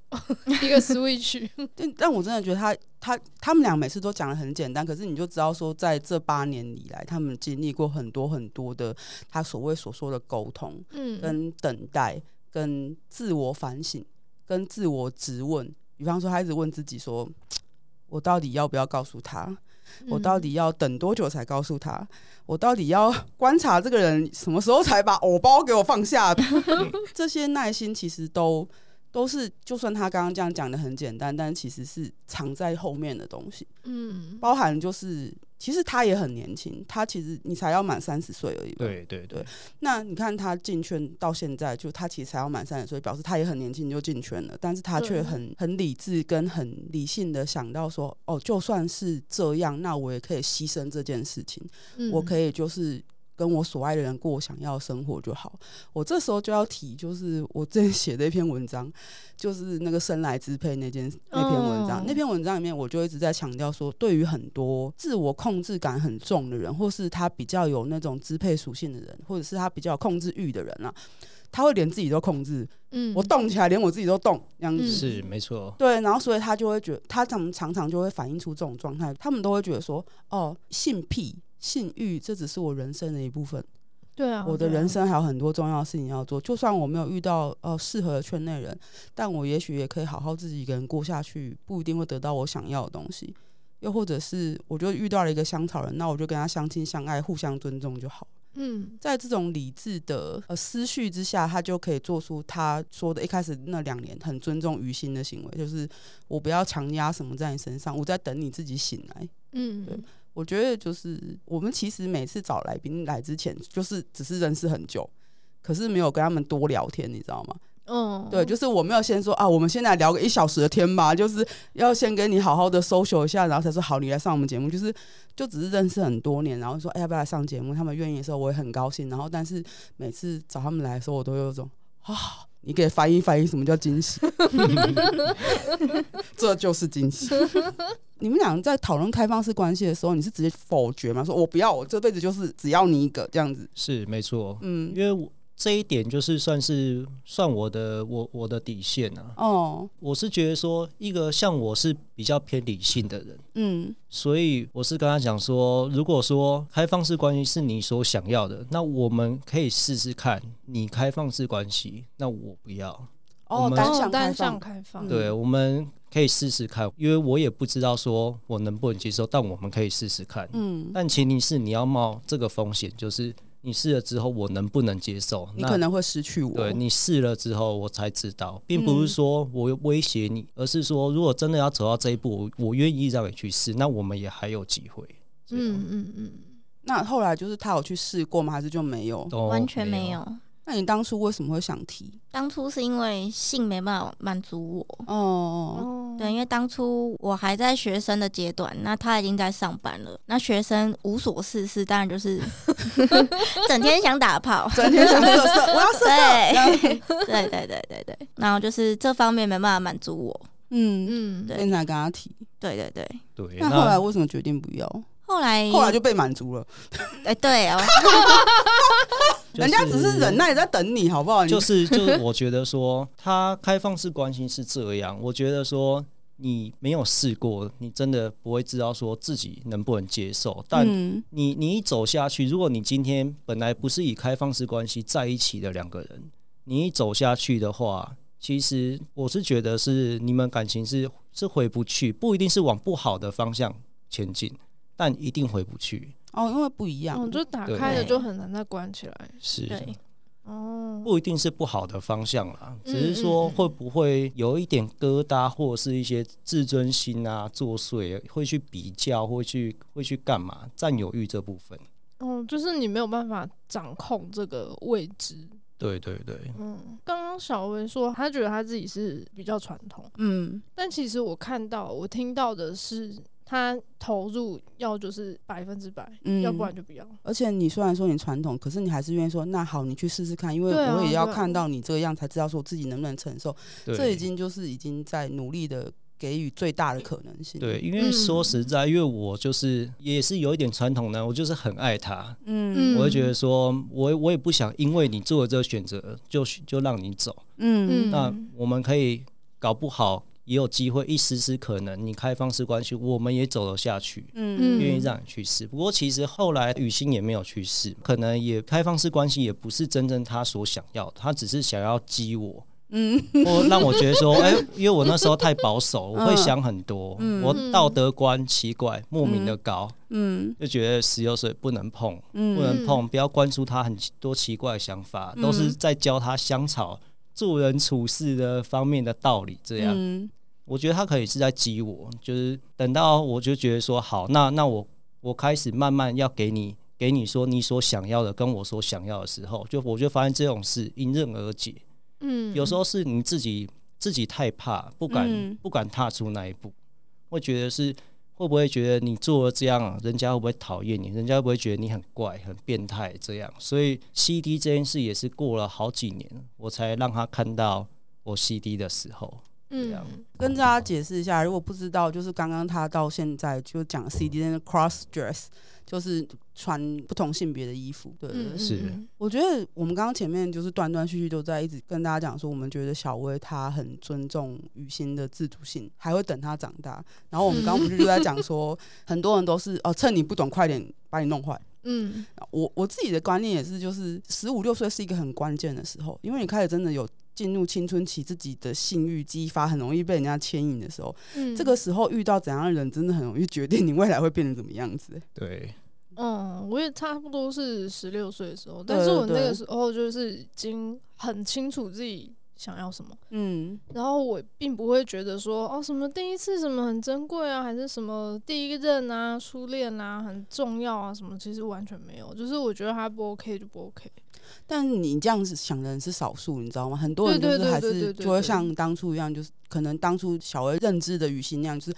一个 Switch。 *laughs* 但但我真的觉得他他他们俩每次都讲的很简单，可是你就知道说，在这八年以来，他们经历过很多很多的他所谓所说的沟通，嗯，跟等待、跟自我反省、跟自我质问。比方说，他一直问自己说：“我到底要不要告诉他？我嗯到底要等多久才告诉他？我到底要 *laughs* 观察这个人什么时候才把偶包给我放下？” *laughs* 这些耐心其实都都是，就算他刚刚这样讲的很简单，但其实是藏在后面的东西，嗯，包含就是。其实他也很年轻，他其实你才要满三十岁而已。， *laughs* 对对对，那你看他进圈到现在，就他其实才要满三十岁，表示他也很年轻就进圈了，但是他却对很很理智跟很理性的想到说，哦，就算是这样，那我也可以牺牲这件事情，嗯我可以就是。跟我所爱的人过我想要的生活就好。我这时候就要提，就是我之前写的一篇文章，就是那个生来支配那件那篇文章。哦那篇文章里面，我就一直在强调说，对于很多自我控制感很重的人，或是他比较有那种支配属性的人，或者是他比较有控制欲的人啊，他会连自己都控制。嗯，我动起来，连我自己都动，这样子。嗯是没错，对，然后所以他就会觉得，他常常常就会反映出这种状态，他们都会觉得说，哦，性癖、性欲，这只是我人生的一部分，对啊，我的对啊人，生还有很多重要的事情要做。就算我没有遇到呃适合的圈内人，但我也许也可以好好自己一个人过下去，不一定会得到我想要的东西。又或者是我就遇到了一个香草人，那我就跟他相亲相爱，互相尊重就好。嗯在这种理智的呃思绪之下，他就可以做出他说的一开始那两年很尊重于心的行为，就是我不要强压什么在你身上，我在等你自己醒来。对嗯，我觉得就是我们其实每次找来宾来之前，就是只是认识很久。可是没有跟他们多聊天，你知道吗？嗯，对，就是我没有先说啊，我们先来聊个一小时的天吧，就是要先跟你好好的搜 l 一下，然后才说好，你来上我们节目。就是就只是认识很多年，然后说、哎要不要来上节目，他们愿意的时候我也很高兴。然后但是每次找他们来的时候，我都有一种啊，你给翻译翻译什么叫惊喜， *laughs* 这就是惊喜。 *laughs* 你们俩在讨论开放式关系的时候，你是直接否决吗？说我不要，我这辈子就是只要你一个这样子。是没错，嗯，因为我这一点就是算是算我的我我的底线啊。哦，我是觉得说，一个像我是比较偏理性的人，嗯，所以我是跟他讲说，如果说开放式关系是你所想要的，那我们可以试试看。你开放式关系，那我不要。我哦，们单哦向开单放嗯向，开放，对，我们可以试试看，因为我也不知道说我能不能接受，但我们可以试试看。嗯。但前提是你要冒这个风险，就是你试了之后我能不能接受？你那可能会失去我。对你试了之后，我才知道，并不嗯是说我威胁你，而是说如果真的要走到这一步，我我愿意让你去试，那我们也还有机会。这样嗯嗯嗯，那后来就是他有去试过吗？还是就没有？都完全没哦有。有。那你当初为什么会想提？当初是因为性没办法满足我，哦，哦，哦，对，因为当初我还在学生的阶段，那他已经在上班了。那学生无所事事，当然就是 *laughs* 整天想打炮。 *laughs* 整天想色色， *laughs* 我要色对，色， *laughs* 对对对对对。然后就是这方面没办法满足我。 *laughs* 嗯，嗯，对经常跟他提。对对对。 *laughs* 对，那后来为什么决定不要？后来，后来就被满足了，哎、对 *laughs* 哦，就人家只是忍耐在等你，好不好？*laughs* 你就是就是，我觉得说，它开放式关系是这样。我觉得说，你没有试过，你真的不会知道说自己能不能接受。但嗯你你一走下去，如果你今天本来不是以开放式关系在一起的两个人，你一走下去的话，其实我是觉得是你们感情是是回不去，不一定是往不好的方向前进，但一定回不去。哦，因为不一样嗯，，就打对开了就很难再关起来。是对哦，不一定是不好的方向啦，嗯只是说会不会有一点疙瘩，或是一些自尊心啊作祟，会去比较，会去会去干嘛？占有欲这部分，嗯，就是你没有办法掌控这个位置。对对对，嗯，刚刚小薇说她觉得她自己是比较传统，嗯，但其实我看到我听到的是她投入要就是百分之百，嗯要不然就不要。而且你虽然说你传统，可是你还是愿意说，那好，你去试试看，因为对啊我也要对啊看到你这个样，才知道说自己能不能承受。对这已经就是已经在努力的给予最大的可能性。对，，因为说实在，因为我就是也是有一点传统呢，我就是很爱他，嗯我会觉得说，我我也不想因为你做了这个选择，就就让你走。嗯嗯那我们可以搞不好也有机会，一丝丝可能你开放式关系，我们也走了下去。嗯愿意让你去试。不过其实后来雨欣也没有去试，可能也开放式关系也不是真正他所想要的，他只是想要激我，嗯或让我觉得说，哎、因为我那时候太保守，我嗯会想很多，我道德观奇怪，莫名的高，嗯就觉得石油水不能碰，不嗯，能碰，不要关注他很多奇怪的想法，都是在教他香草。做人处事的方面的道理，这样、嗯我觉得他可以是在激我，就是等到我就觉得说好，那那我我开始慢慢要给你给你说你所想要的跟我所想要的时候，就我就发现这种事迎刃而解。嗯，有时候是你自己自己太怕，不敢、嗯不敢踏出那一步，会觉得是会不会觉得你做了这样、啊，人家会不会讨厌你？人家会不会觉得你很怪、很变态这样？所以 CD 这件事也是过了好几年，我才让他看到我 CD 的时候。这样嗯，跟大家解释一下，如果不知道，就是刚刚他到现在就讲 CD 的 cross dress，就是穿不同性别的衣服。对对对嗯，是嗯我觉得我们刚刚前面就是断断续续都在一直跟大家讲说，我们觉得小薇她很尊重雨欣的自主性，还会等她长大。然后我们刚刚不是就在讲说， *laughs* 很多人都是哦，趁你不懂，快点把你弄坏。嗯我我自己的观念也是，就是十五六岁是一个很关键的时候，因为你开始真的有进入青春期，自己的性欲激发，很容易被人家牵引的时候，嗯，这个时候遇到怎样的人，真的很容易决定你未来会变成怎么样子。对，嗯，我也差不多是十六岁的时候，对但是我那对个时候就是已经很清楚自己想要什么，嗯然后我并不会觉得说哦什么第一次什么很珍贵啊，还是什么第一任啊、初恋啊很重要啊什么，其实完全没有，就是我觉得他不 OK 就不 OK。但你这样子想的人是少数，你知道吗？很多人就对对是还对对是对对就会像当初一样，就是可能当初小薇认知的雨欣那样，就是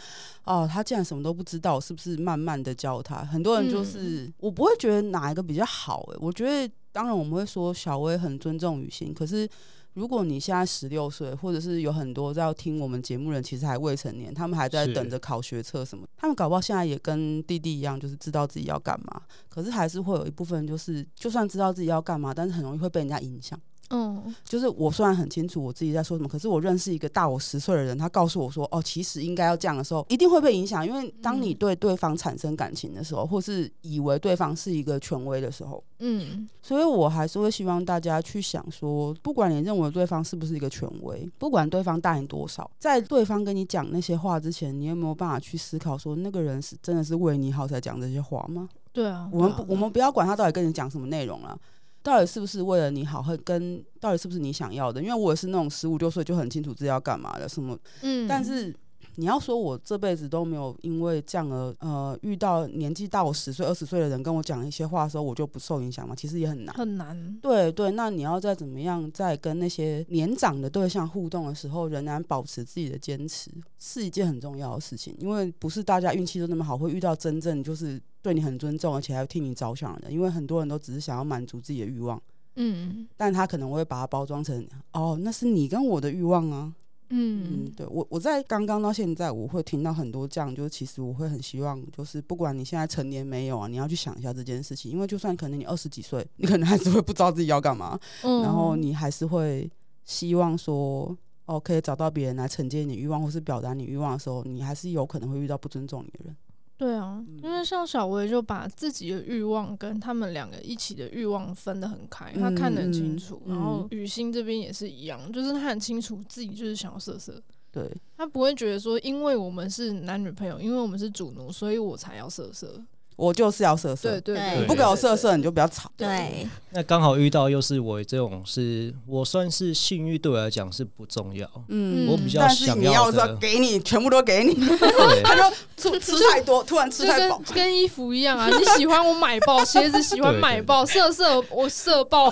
哦，她既然什么都不知道，是不是慢慢的教她？很多人就是、嗯我不会觉得哪一个比较好、欸，我觉得当然我们会说小薇很尊重雨欣，可是。如果你现在十六岁，或者是有很多在听我们节目的人，其实还未成年，他们还在是等着考学测什么，他们搞不好现在也跟弟弟一样，就是知道自己要干嘛，可是还是会有一部分就是，就算知道自己要干嘛，但是很容易会被人家影响。嗯就是我虽然很清楚我自己在说什么，可是我认识一个大我十岁的人，他告诉我说，哦，其实应该要这样的时候，一定会被影响，因为当你嗯对对方产生感情的时候，或是以为对方是一个权威的时候。嗯所以，我还是会希望大家去想说，不管你认为对方是不是一个权威，不管对方大你多少，在对方跟你讲那些话之前，你有没有办法去思考说，那个人是真的是为你好才讲这些话吗？对啊，我们对啊不，我们不要管他到底跟你讲什么内容了，到底是不是为了你好，和跟到底是不是你想要的？因为我也是那种十五六岁就很清楚自己要干嘛的，什么，嗯，但是你要说我这辈子都没有因为这样而呃遇到年纪大我十岁、二十岁的人跟我讲一些话的时候，我就不受影响吗？其实也很难。很难。对对，那你要再怎么样，在跟那些年长的对象互动的时候，仍然保持自己的坚持，是一件很重要的事情。因为不是大家运气都那么好，会遇到真正就是对你很尊重，而且还要替你着想的人。因为很多人都只是想要满足自己的欲望，嗯但他可能会把它包装成哦，那是你跟我的欲望啊。嗯嗯，对我我在刚刚到现在，我会听到很多这样，就是其实我会很希望，就是不管你现在成年没有啊，你要去想一下这件事情，因为就算可能你二十几岁，你可能还是会不知道自己要干嘛，嗯然后你还是会希望说，哦，可以找到别人来承接你欲望，或是表达你欲望的时候，你还是有可能会遇到不尊重你的人。对啊，嗯因为像小薇就把自己的欲望跟他们两个一起的欲望分得很开，她看得很清楚。嗯嗯然后雨欣这边也是一样，就是她很清楚自己就是想要色色，对，她不会觉得说，因为我们是男女朋友，因为我们是主奴，所以我才要色色。我就是要色色，对对对对，你不给我色色，你就不要吵。对，那刚好遇到又是我这种是，我算是性欲对我来讲是不重要，嗯我比较但是想你要要的时的候给你，全部都给 *laughs* 你。对，他就吃吃太多，突然吃就太饱跟。跟衣服一样啊，你喜欢我买爆，鞋子喜欢对对买爆，色色我 *laughs* 色爆。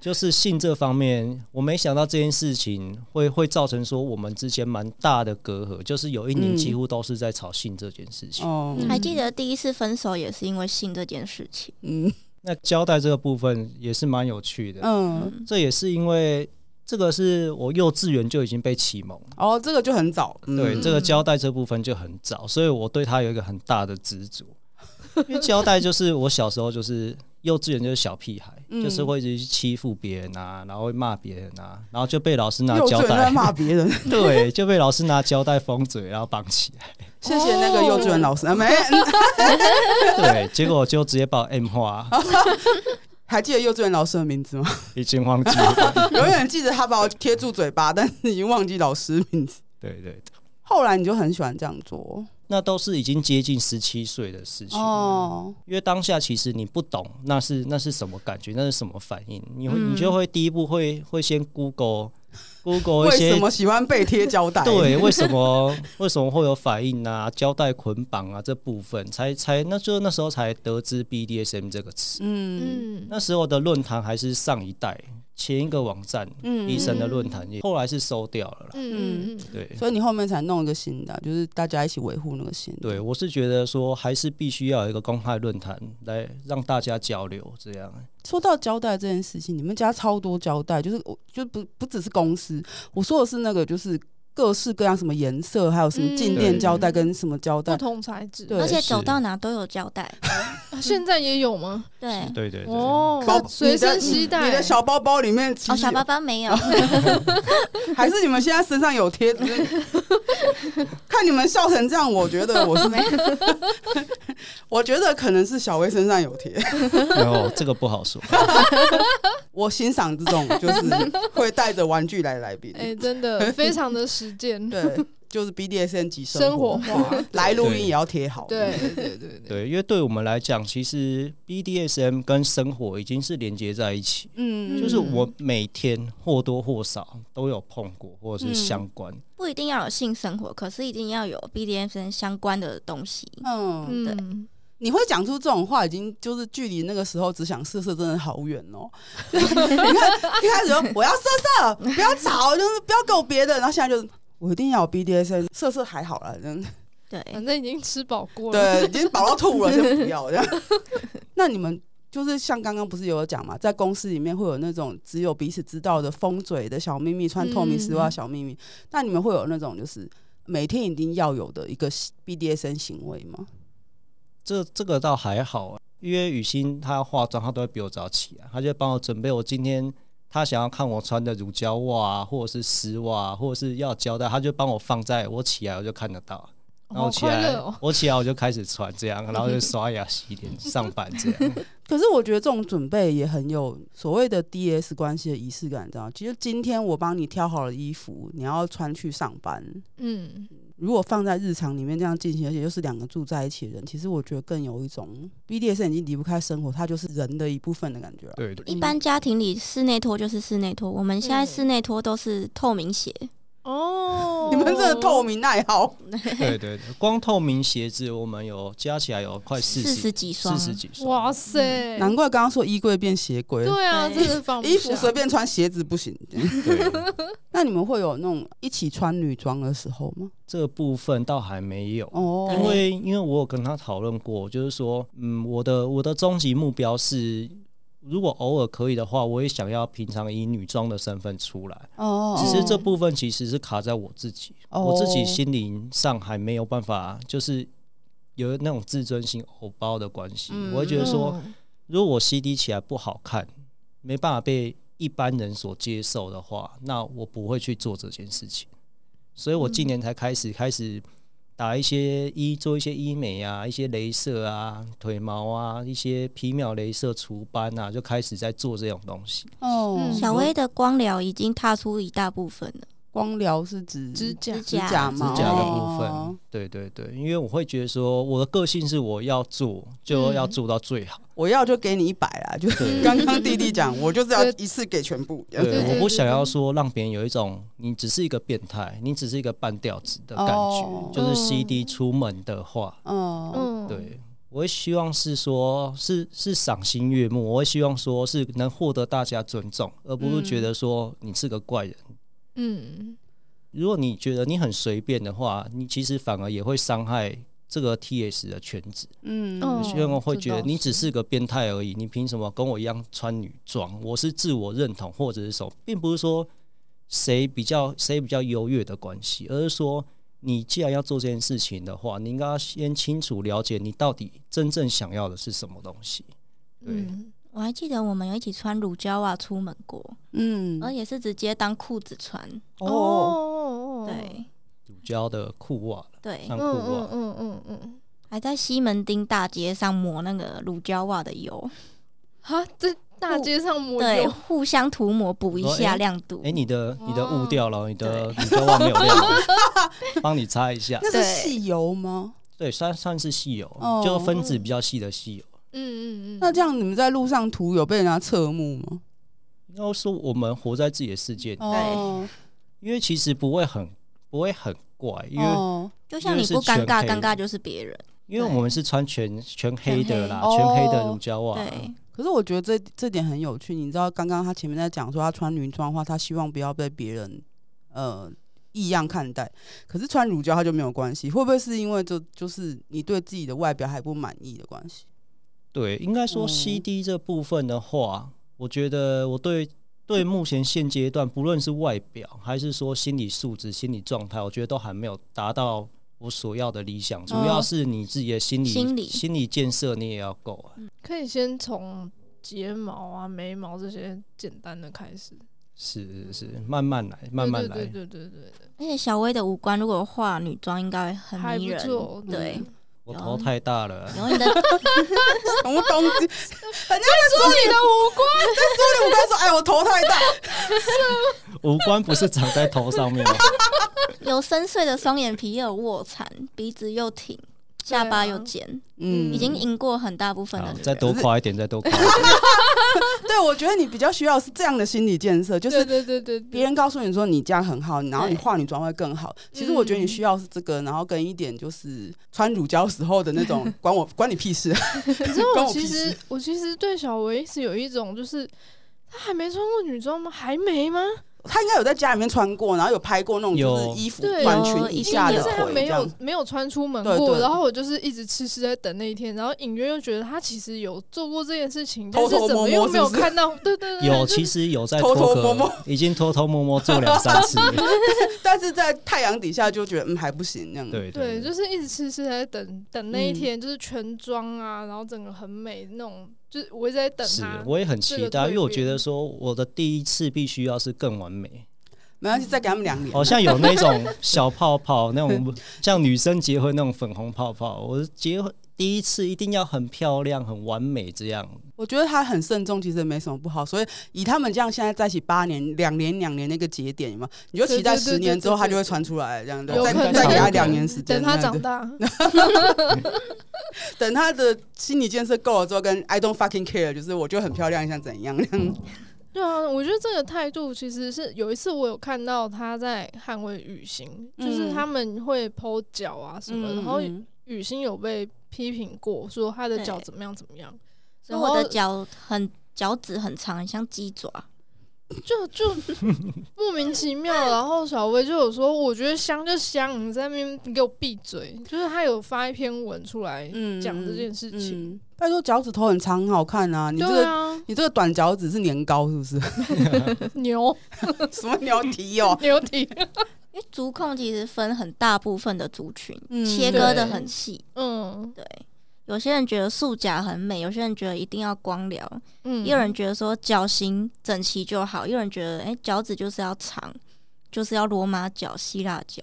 就是性这方面，我没想到这件事情会会造成说我们之间蛮大的隔阂，就是有一年嗯几乎都是在吵性这件事情。哦嗯还记得第一次分手也是因为性这件事情。嗯那交代这个部分也是蛮有趣的，嗯，这也是因为这个是我幼稚园就已经被启蒙了，哦，这个就很早，嗯对这个交代这部分就很早，所以我对他有一个很大的执着。因为交代就是我小时候就是幼稚园就是小屁孩，嗯就是会一直去欺负别人啊，然后会骂别人啊，然后就被老师拿幼胶稚园在带， *laughs* 骂别人， *laughs* 对，就被老师拿胶带封嘴，然后绑起来。谢谢那个幼稚园老师，啊没，哦对，结果就直接把我 M *laughs* 化，还记得幼稚园老师的名字吗？ *laughs* 已经忘记了。永远记得他把我贴住嘴巴，但是已经忘记老师的名字。对对对，后来你就很喜欢这样做那都是已经接近十七岁的事情。哦，因为当下其实你不懂那是那是什么感觉，那是什么反应，你会嗯你就会第一步会会先 Google Google 为一些什么喜欢被贴胶带？ *laughs* 对为什么 *laughs* 为什么会有反应啊，胶带捆绑啊这部分才才那就那时候才得知 BDSM 这个词。嗯，嗯那时候的论坛还是上一代前一个网站嗯医生的论坛，也后来是收掉了啦。嗯嗯嗯，对所以你后面才弄一个新的，啊就是大家一起维护那个新的。对，我是觉得说还是必须要有一个公开论坛来让大家交流，这样。说到胶带这件事情，你们家超多胶带，就是我就不不只是公司，我说的是那个就是各式各样什么颜色，还有什么嗯静电胶带跟什么胶带不，同材质，对嗯而且是走到哪都有胶 *laughs* 带，啊现在也有吗？对，对对对。哦包，随身你携的你带，的小包包里面其实哦，小包 *laughs* 包没有，还是你们现在身上有贴纸？ *laughs* 看你们笑成这样，我觉得我是没， *laughs* 我觉得可能是小薇身上有贴。 *laughs* 然后这个不好说。我欣赏这种就是会带着玩具来来宾，哎、真的非常的实践，对，就是 BDSN 级生活活化，来录音也要贴好。对对对对对，对，因为对我们来讲，其实 BDSM 跟生活已经是连接在一起，嗯，就是我每天或多或少都有碰过或嗯者是相关。不一定要有性生活，可是一定要有 BDSM 相关的东西。嗯嗯，你会讲出这种话，已经就是距离那个时候只想色色真的好远哦。 *laughs* 你看一开始就我要色色，不要吵，就是不要给我别的，然后现在就是我一定要有 BDSN，色色还好啦，真的对，嗯反正已经吃饱过了，哦对，已经饱到吐了，先不要这样。 *laughs* 那你们就是像刚刚不是有讲嘛，在公司里面会有那种只有彼此知道的封嘴的小秘密，穿透明丝袜的小秘密，那你们会有那种就是每天一定要有的一个 BDSN 行为吗？这这个倒还好、啊，因为雨欣她化妆，她都会比我早起啊，她就会帮我准备我今天。她想要看我穿的乳胶袜啊，或者是丝袜啊，或者是要胶带，她就帮我放在我起来我就看得到，然后好我起快来、乐哦，我起来我就开始穿这样，然后就刷牙、洗 *laughs* 脸、上班这样。可是我觉得这种准备也很有所谓的 DS 关系的仪式感，你知道吗？其实今天我帮你挑好了衣服，你要穿去上班。嗯，如果放在日常里面这样进行，而且又是两个住在一起的人，其实我觉得更有一种 BDS 已经离不开生活，它就是人的一部分的感觉了。对对一般家庭里室内拖就是室内拖，我们现在嗯室内拖都是透明鞋，哦，哦你们真的透明爱好，对对对，光透明鞋子我们有加起来有快四四十十几双四，十几双，哇塞，难怪刚刚说衣柜变鞋柜，对啊，对真的放不哎衣服下随便穿，鞋子不行。 *laughs* 对，那你们会有那种一起穿女装的时候吗？这部分倒还没有。哦，因为因为我有跟他讨论过，就是说，嗯，我的我的终极目标是，如果偶尔可以的话，我也想要平常以女装的身份出来。哦，只是这部分其实是卡在我自己，哦我自己心灵上还没有办法，就是有那种自尊心偶包的关系。嗯我会觉得说，嗯如果我 CD 起来不好看，没办法被一般人所接受的话，那我不会去做这件事情。所以我今年才开始、开始打一些医，做一些医美啊，一些镭射啊，腿毛啊，一些皮秒镭射除斑啊，就开始在做这种东西。哦，嗯小薇的光疗已经踏出一大部分了，光疗是指指甲指指甲指嘛，甲的部分，哦对对对，因为我会觉得说，我的个性是我要做就要做到最好，我要就给你一百啦，就是对刚刚弟弟讲，我就是要对一次给全部。对对对我不想要说让别人有一种你只是一个变态，你只是一个半吊子的感觉，哦就是嗯 CD 出门的话，嗯，嗯，对。我会希望是说，是是赏心悦目。我会希望说是能获得大家尊重，而不是觉得说你是个怪人。嗯，如果你觉得你很随便的话，你其实反而也会伤害这个 TS 的圈子。嗯哦有些人会觉得这倒你只是是个变态而已，你凭什么跟我一样穿女装？我是自我认同或者是什么，并不是说谁比较谁比较优越的关系，而是说你既然要做这件事情的话，你应该要先清楚了解你到底真正想要的是什么东西。对嗯，我还记得我们有一起穿乳胶袜出门过，嗯而且是直接当裤子穿。哦，哦，对乳胶的裤袜，对，上嗯裤袜啊嗯，嗯嗯嗯，还在西门町大街上抹那个乳胶袜的油，哈，在大街上抹对， *laughs* 油，互相涂抹补一说下诶亮度。哎、你的你的哦雾掉了，你的乳胶袜没 *laughs* *laughs* 有亮，帮你擦一下。那是对细油吗？对，算算是稀有，哦就分子比较细的稀有。嗯嗯嗯，那这样你们在路上涂有被人家侧目吗？应该说我们活在自己的世界里，哦，因为其实不会很不会很怪，因为、哦，就像你因为是不尴尬，全黑尴尬就是别人。因为我们是穿全全黑的啦，全黑全黑的哦乳胶袜。对，可是我觉得这这点很有趣。你知道，刚刚他前面在讲说他穿女装的话，他希望不要被别人呃异样看待。可是穿乳胶他就没有关系，会不会是因为就就是你对自己的外表还不满意的关系？ *laughs* 对，应该说嗯 CD 这部分的话，我觉得我对对目前现阶段，不论是外表还是说心理素质、心理状态，我觉得都还没有达到我所要的理想。主要是你自己的心理、心理建设，你也要够啊。可以先从睫毛啊、眉毛这些简单的开始，是是是，慢慢来，慢慢来。对对对对对而且小薇的五官如果化女装，应该会对，很还迷不人。错，对，我头太大了啊，然后你的什么 *laughs* 东西？说你的五官，我刚才说，哎，我头太大，五官不是长在头上面吗？哦有深邃的双眼皮，又有卧蚕，鼻子又挺，下巴又尖，嗯，已经赢过很大部分的好，女人。再多夸一点，再多夸一点。对，我觉得你比较需要是这样的心理建设，就对是对对对，对别人告诉你说你这样很好，然后你化女妆会更好。其实我觉嗯得你需要是这个，然后跟一点就是穿乳胶时候的那 *laughs* 种，管我管你屁事，你知道关我我其屁事实我其实对小维是有一种就是。她还没穿过女装吗？还没吗？他应该有在家里面穿过，然后有拍过那种就是有衣服对短裙以一因下为的就是她腿这没有样。没有穿出门对过，对然后我就是一直痴痴在等那一天，然后隐约又觉得她其实有做过这件事情，但偷是偷怎摸么摸又是没有不是看到？ *laughs* 对对对，有，就其实有在偷偷脱壳摸摸 *laughs* 已经偷偷摸摸做两三次了。但是在太阳底下就觉得嗯还不行那样。，对 *laughs* 对，对，就是一直痴痴在等等那一嗯天，就是全妆啊，然后整个很美那种，就是我一直在等是他。我也很这期个待，蜕因为我觉得变说我的第一次必须要是更完美，没关系，再给他们两年。好像有那种小泡泡，那 *laughs* 种像女生结婚那种粉红泡泡，我结婚。第一次一定要很漂亮、很完美，这样我觉得他很慎重，其实没什么不好。所以以他们这样现在在一起八年、两年、两年那个节点嘛，你就期待对对对十年之后对对他就会传出来，这样对有再可能再给他两年时间，等他对长大，等嗯他的心理建设够了之后，跟 I don't fucking care，就是我就很漂亮，想怎样那样。对啊，我觉得这个态度其实是有一次我有看到他在捍卫雨欣，就是嗯他们会剖脚啊什么的，然后嗯雨欣有被批评过，说他的脚对怎么样怎么样，所以然我后的脚很脚趾很长，很像鸡爪。就就 *laughs* 莫名其妙。然后小薇就有说，我觉得香就香，你在那边你给我闭嘴。就是他有发一篇文出来嗯讲这件事情，嗯，拜托脚趾头很长，很好看啊！你这对个、啊，你这个短脚趾是年糕是不 *laughs* 是？牛什么牛蹄哦？ *laughs* 牛体，因为足控其实分很大部分的族群，嗯切割的对很细。嗯对，有些人觉得素甲很美，有些人觉得一定要光疗，嗯，也有人觉得说脚型整齐就好，也有人觉得哎脚趾就是要长，就是要罗马脚、希腊脚。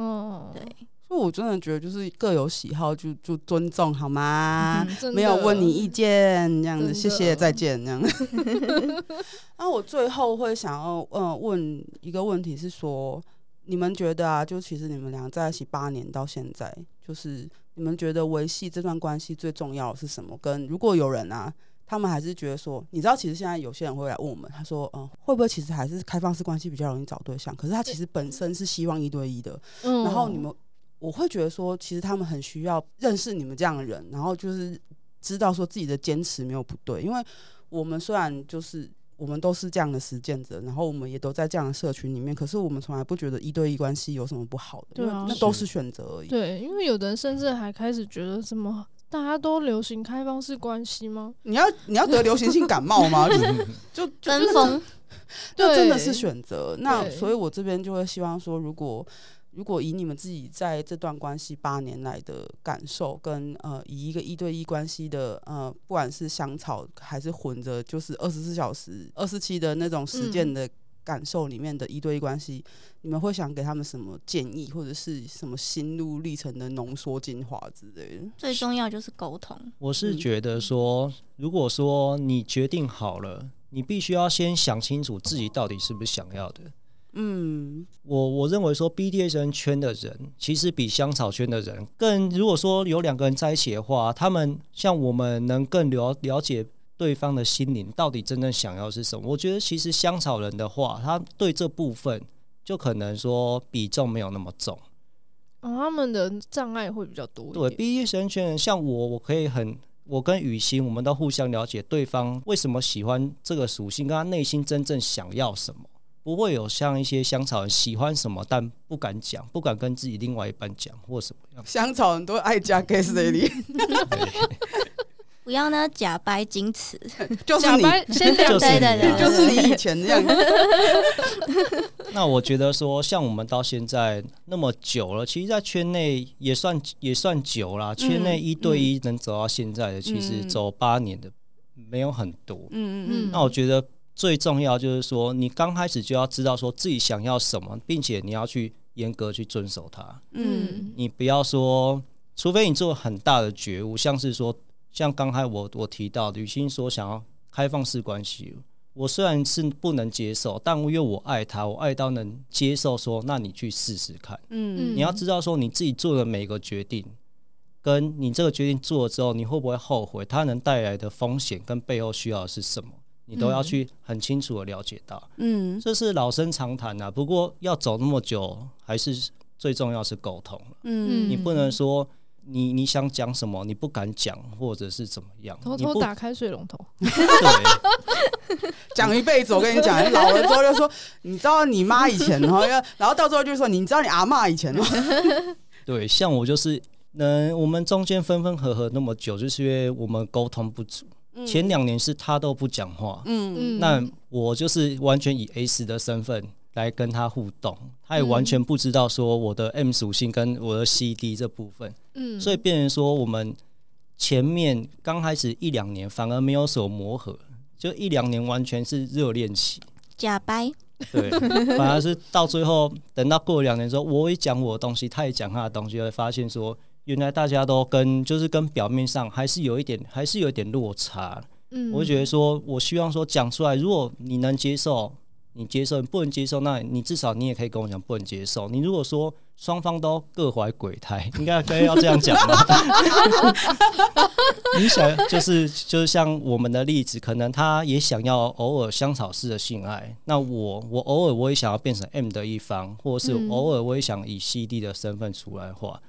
嗯对，所以我真的觉得就是各有喜好就，就尊重好吗？嗯真的没有问你意见，这样子，真的谢谢，再见，这样。 *laughs* 那我最后会想要嗯、呃问一个问题是说，你们觉得啊，就其实你们俩在一起八年到现在，就是你们觉得维系这段关系最重要的是什么？跟如果有人啊，他们还是觉得说，你知道，其实现在有些人会来问我们，他说，嗯、会不会其实还是开放式关系比较容易找对象？可是他其实本身是希望一对一的，嗯然后你们，我会觉得说，其实他们很需要认识你们这样的人，然后就是知道说自己的坚持没有不对，因为我们虽然就是我们都是这样的实践者，然后我们也都在这样的社群里面，可是我们从来不觉得一对一关系有什么不好的，对啊因为那都是是选择而已。对，因为有的人甚至还开始觉得什么。大家都流行开放式关系吗？你要你要得流行性感冒吗？ *laughs* 就就就跟风那真的对是选择。那对所以，我这边就会希望说，如果如果以你们自己在这段关系八年来的感受，跟呃以一个一对一关系的呃，不管是香草还是混着，就是二十四小时、二十七的那种实践嗯的感受里面的一对一关系，你们会想给他们什么建议，或者是什么心路历程的浓缩精华之类的？最重要就是沟通，我是嗯觉得说，如果说你决定好了，你必须要先想清楚自己到底是不是想要的。嗯。我我认为说 BDSN 圈的人，其实比香草圈的人更，如果说有两个人在一起的话，他们像我们能更了了解对方的心灵到底真正想要是什么。我觉得其实香草人的话，他对这部分就可能说比重没有那么重。哦，他们的障碍会比较多对一点。 BDSN 圈人，像我，我可以很。我跟雨欣，我们都互相了解对方为什么喜欢这个属性，跟他内心真正想要什么。不会有像一些香草人喜欢什么，但不敢讲，不敢跟自己另外一半讲或什么样 *laughs* 香草很多爱加 g a s 这里，不要呢假掰矜持。就是假你，掰先聊就是 *laughs* 对对你啊对就是你以前这样。 *laughs* 那我觉得说，像我们到现在那么久了，其实，在圈内也算也算久啦。圈内一对一能走到现在的，其实嗯走八年的没有很多。嗯嗯嗯那我觉得最重要就是说，你刚开始就要知道说自己想要什么，并且你要去严格去遵守它。嗯。嗯，你不要说，除非你做很大的觉悟，像是说，像刚才我我提到的，雨欣说想要开放式关系，我虽然是不能接受，但因为我爱他，我爱到能接受说，那你去试试看。嗯你要知道说，你自己做的每个决定，跟你这个决定做了之后，你会不会后悔，它能带来的风险跟背后需要的是什么，你都要嗯去很清楚的了解到。嗯这是老生常谈啊，不过要走那么久，还是最重要是沟通。嗯你不能嗯说你你想讲什么，你不敢讲，或者是怎么样，偷你偷不打开水龙头，对，讲一辈子，我跟你讲，老了之后就说，你知道你妈以前，然后要，然后到最后就说，你知道你阿嬷以前哦， *laughs* 对，像我就是。嗯，我们中间分分合合那么久，就是因为我们沟通不足。前两年是他都不讲话，嗯嗯，那我就是完全以 S 的身份来跟他互动，他也完全不知道说我的 M 属性跟我的 CD 这部分。嗯，所以变成说我们前面刚开始一两年反而没有所磨合，就一两年完全是热恋期，假掰，对， *laughs* 反而是到最后等到过两年之后，我也讲我的东西，他也讲他的东西，会发现说原来大家都跟就是跟表面上还是有一点还是有一点落差，嗯，我会觉得说我希望说讲出来，如果你能接受。你接受，你不能接受，那你至少你也可以跟我讲不能接受。你如果说双方都各怀鬼 *laughs* 胎，应该该要这样讲吧？你想，就是就是像我们的例子，可能他也想要偶尔香草式的性爱，那我我偶尔我也想要变成 M 的一方，或者是嗯偶尔我也想以 CD 的身份出来的话，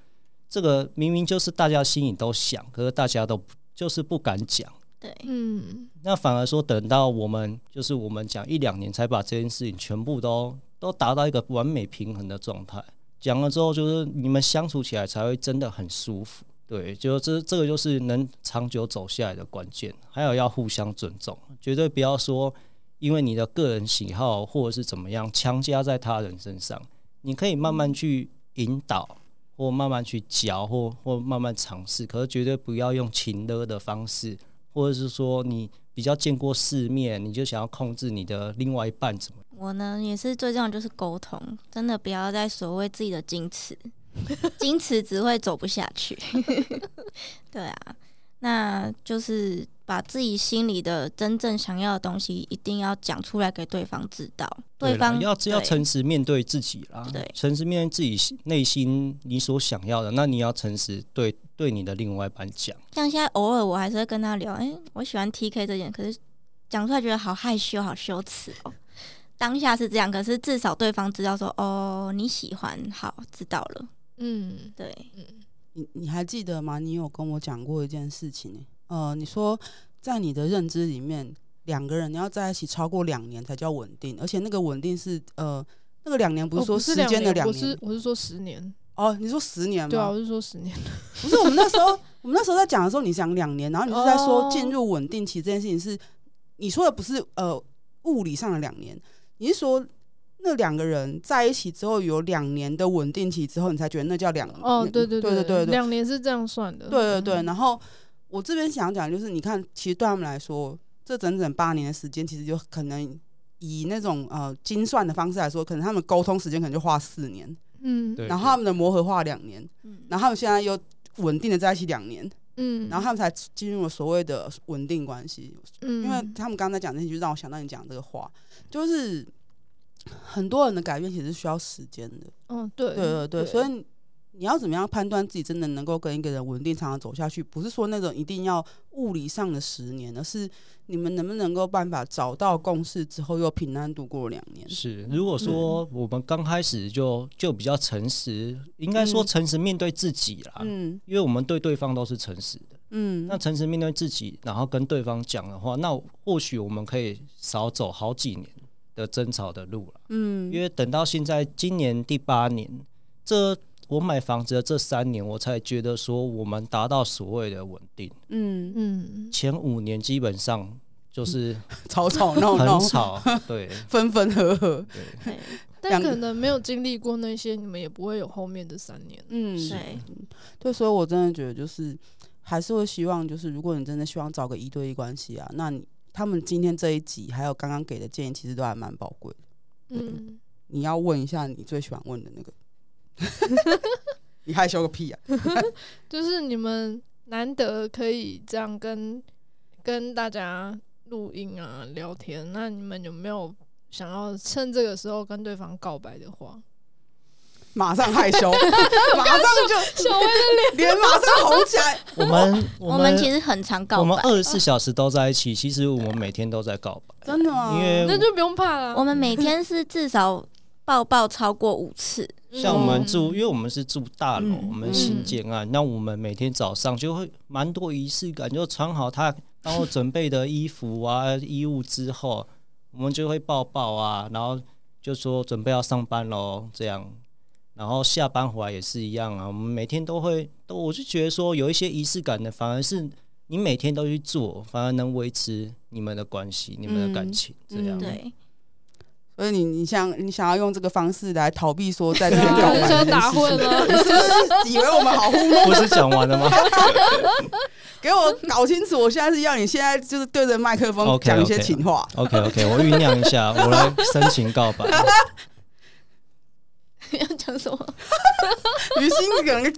这个明明就是大家心里都想，可是大家都不就是不敢讲。对，嗯，那反而说，等到我们就是我们讲一两年，才把这件事情全部都都达到一个完美平衡的状态。讲了之后，就是你们相处起来才会真的很舒服。对，就这这个就是能长久走下来的关键。还有要互相尊重，绝对不要说因为你的个人喜好或者是怎么样强加在他人身上。你可以慢慢去引导，或慢慢去教，或或慢慢尝试，可是绝对不要用情勒的方式或者是说你比较见过世面，你就想要控制你的另外一半怎么？我呢也是最重要的就是沟通，真的不要再所谓自己的矜持， *laughs* 矜持只会走不下去。 *laughs* 对啊，那就是把自己心里的真正想要的东西一定要讲出来给对方知道，啦方要要对诚实面对自己啦对，诚实面对自己心内心你所想要的，那你要诚实对对你的另外一半讲。像现在偶尔我还是会跟他聊，哎、我喜欢 TK 这件，可是讲出来觉得好害羞，好羞耻哦。当下是这样，可是至少对方知道说，哦，你喜欢，好，知道了。嗯，对，你你还记得吗？你有跟我讲过一件事情、欸，呃，你说在你的认知里面，两个人要在一起超过两年才叫稳定，而且那个稳定是呃，那个两哦年不我是说时间的两我年是我是说十年，哦，你说十年吗？对啊，我是说十年，不是我们那时候，我们那时候在讲的时候，你讲两年，然后你是在说哦进入稳定期这件事情是，你说的不是呃物理上的两年，你是说那两个人在一起之后有两年的稳定期之后，你才觉得那叫两哦，对对对对对对对两年是这样算的，对对对。然后我这边想讲就是，你看，其实对他们来说，这整整八年的时间，其实就可能以那种呃精算的方式来说，可能他们沟通时间可能就花四年，嗯，对，然后他们的磨合花两年，嗯，然后他们现在又稳定的在一起两年。嗯，然后他们才进入了所谓的稳定关系。嗯，因为他们刚才讲那些，就让我想到你讲这个话，就是很多人的改变其实是需要时间的。嗯，对对对对，所以你要怎么样判断自己真的能够跟一个人稳定长长走下去？不是说那种一定要物理上的十年，而是你们能不能够办法找到共识之后，又平安度过两年？是，如果说我们刚开始就就比较诚实，应该说嗯诚实面对自己啦，嗯因为我们对对方都是诚实的。嗯，啊那诚实面对自己，然后跟对方讲的话，那或许我们可以少走好几年的争吵的路啦嗯因为等到现在今年第八年，这我买房子的这三年，我才觉得说我们达到所谓的稳定。嗯，嗯，前五年基本上就是吵吵闹嗯闹很，吵，对 *laughs* 分分合合，对， *laughs* 对，但两个可能没有经历过那些，你们也不会有后面的三年。嗯，对，对，所以我真的觉得就是还是会希望，就是如果你真的希望找个一对一关系啊，那你他们今天这一集还有刚刚给的建议，其实都还蛮宝贵的。嗯，你要问一下你最喜欢问的那 *laughs* 个，你害羞个屁啊！就是你们难得可以这样跟跟大家录音啊、聊天，那你们有没有想要趁这个时候跟对方告白的话？马上害 *laughs* 羞，马上就 *laughs* 小薇的脸马上红起 *laughs* 来。我们我我们其们实很常告我们白，二十四小时都在一起，其实我们每天都在告白，真的啊吗？因为那就不用怕我了。们每天是至少抱抱超过五次，像我们嗯住，因为我们是住大楼，嗯我们新建案，那我们每天早上就会蛮多仪式感，就穿好他帮我准备的衣服啊、衣物之后，我们就会抱抱啊，然后就说准备要上班喽，这样。然后下班回来也是一样啊，我们每天都会都，我就觉得说有一些仪式感的，反而是你每天都去做，反而能维持你们的关系、你们的感情，这样。嗯对，所以你你想你想要用这个方式来逃避说在这对边告啊，白人这生件打事情混了。你是不是以为我们好糊弄？ *laughs* 不是讲完了吗？给我搞清楚！我现在是要你现在就是对着麦克风 OK，OK 讲一些情话。 OK OK，我酝酿一下，我来深情告白。要讲什么？于心可能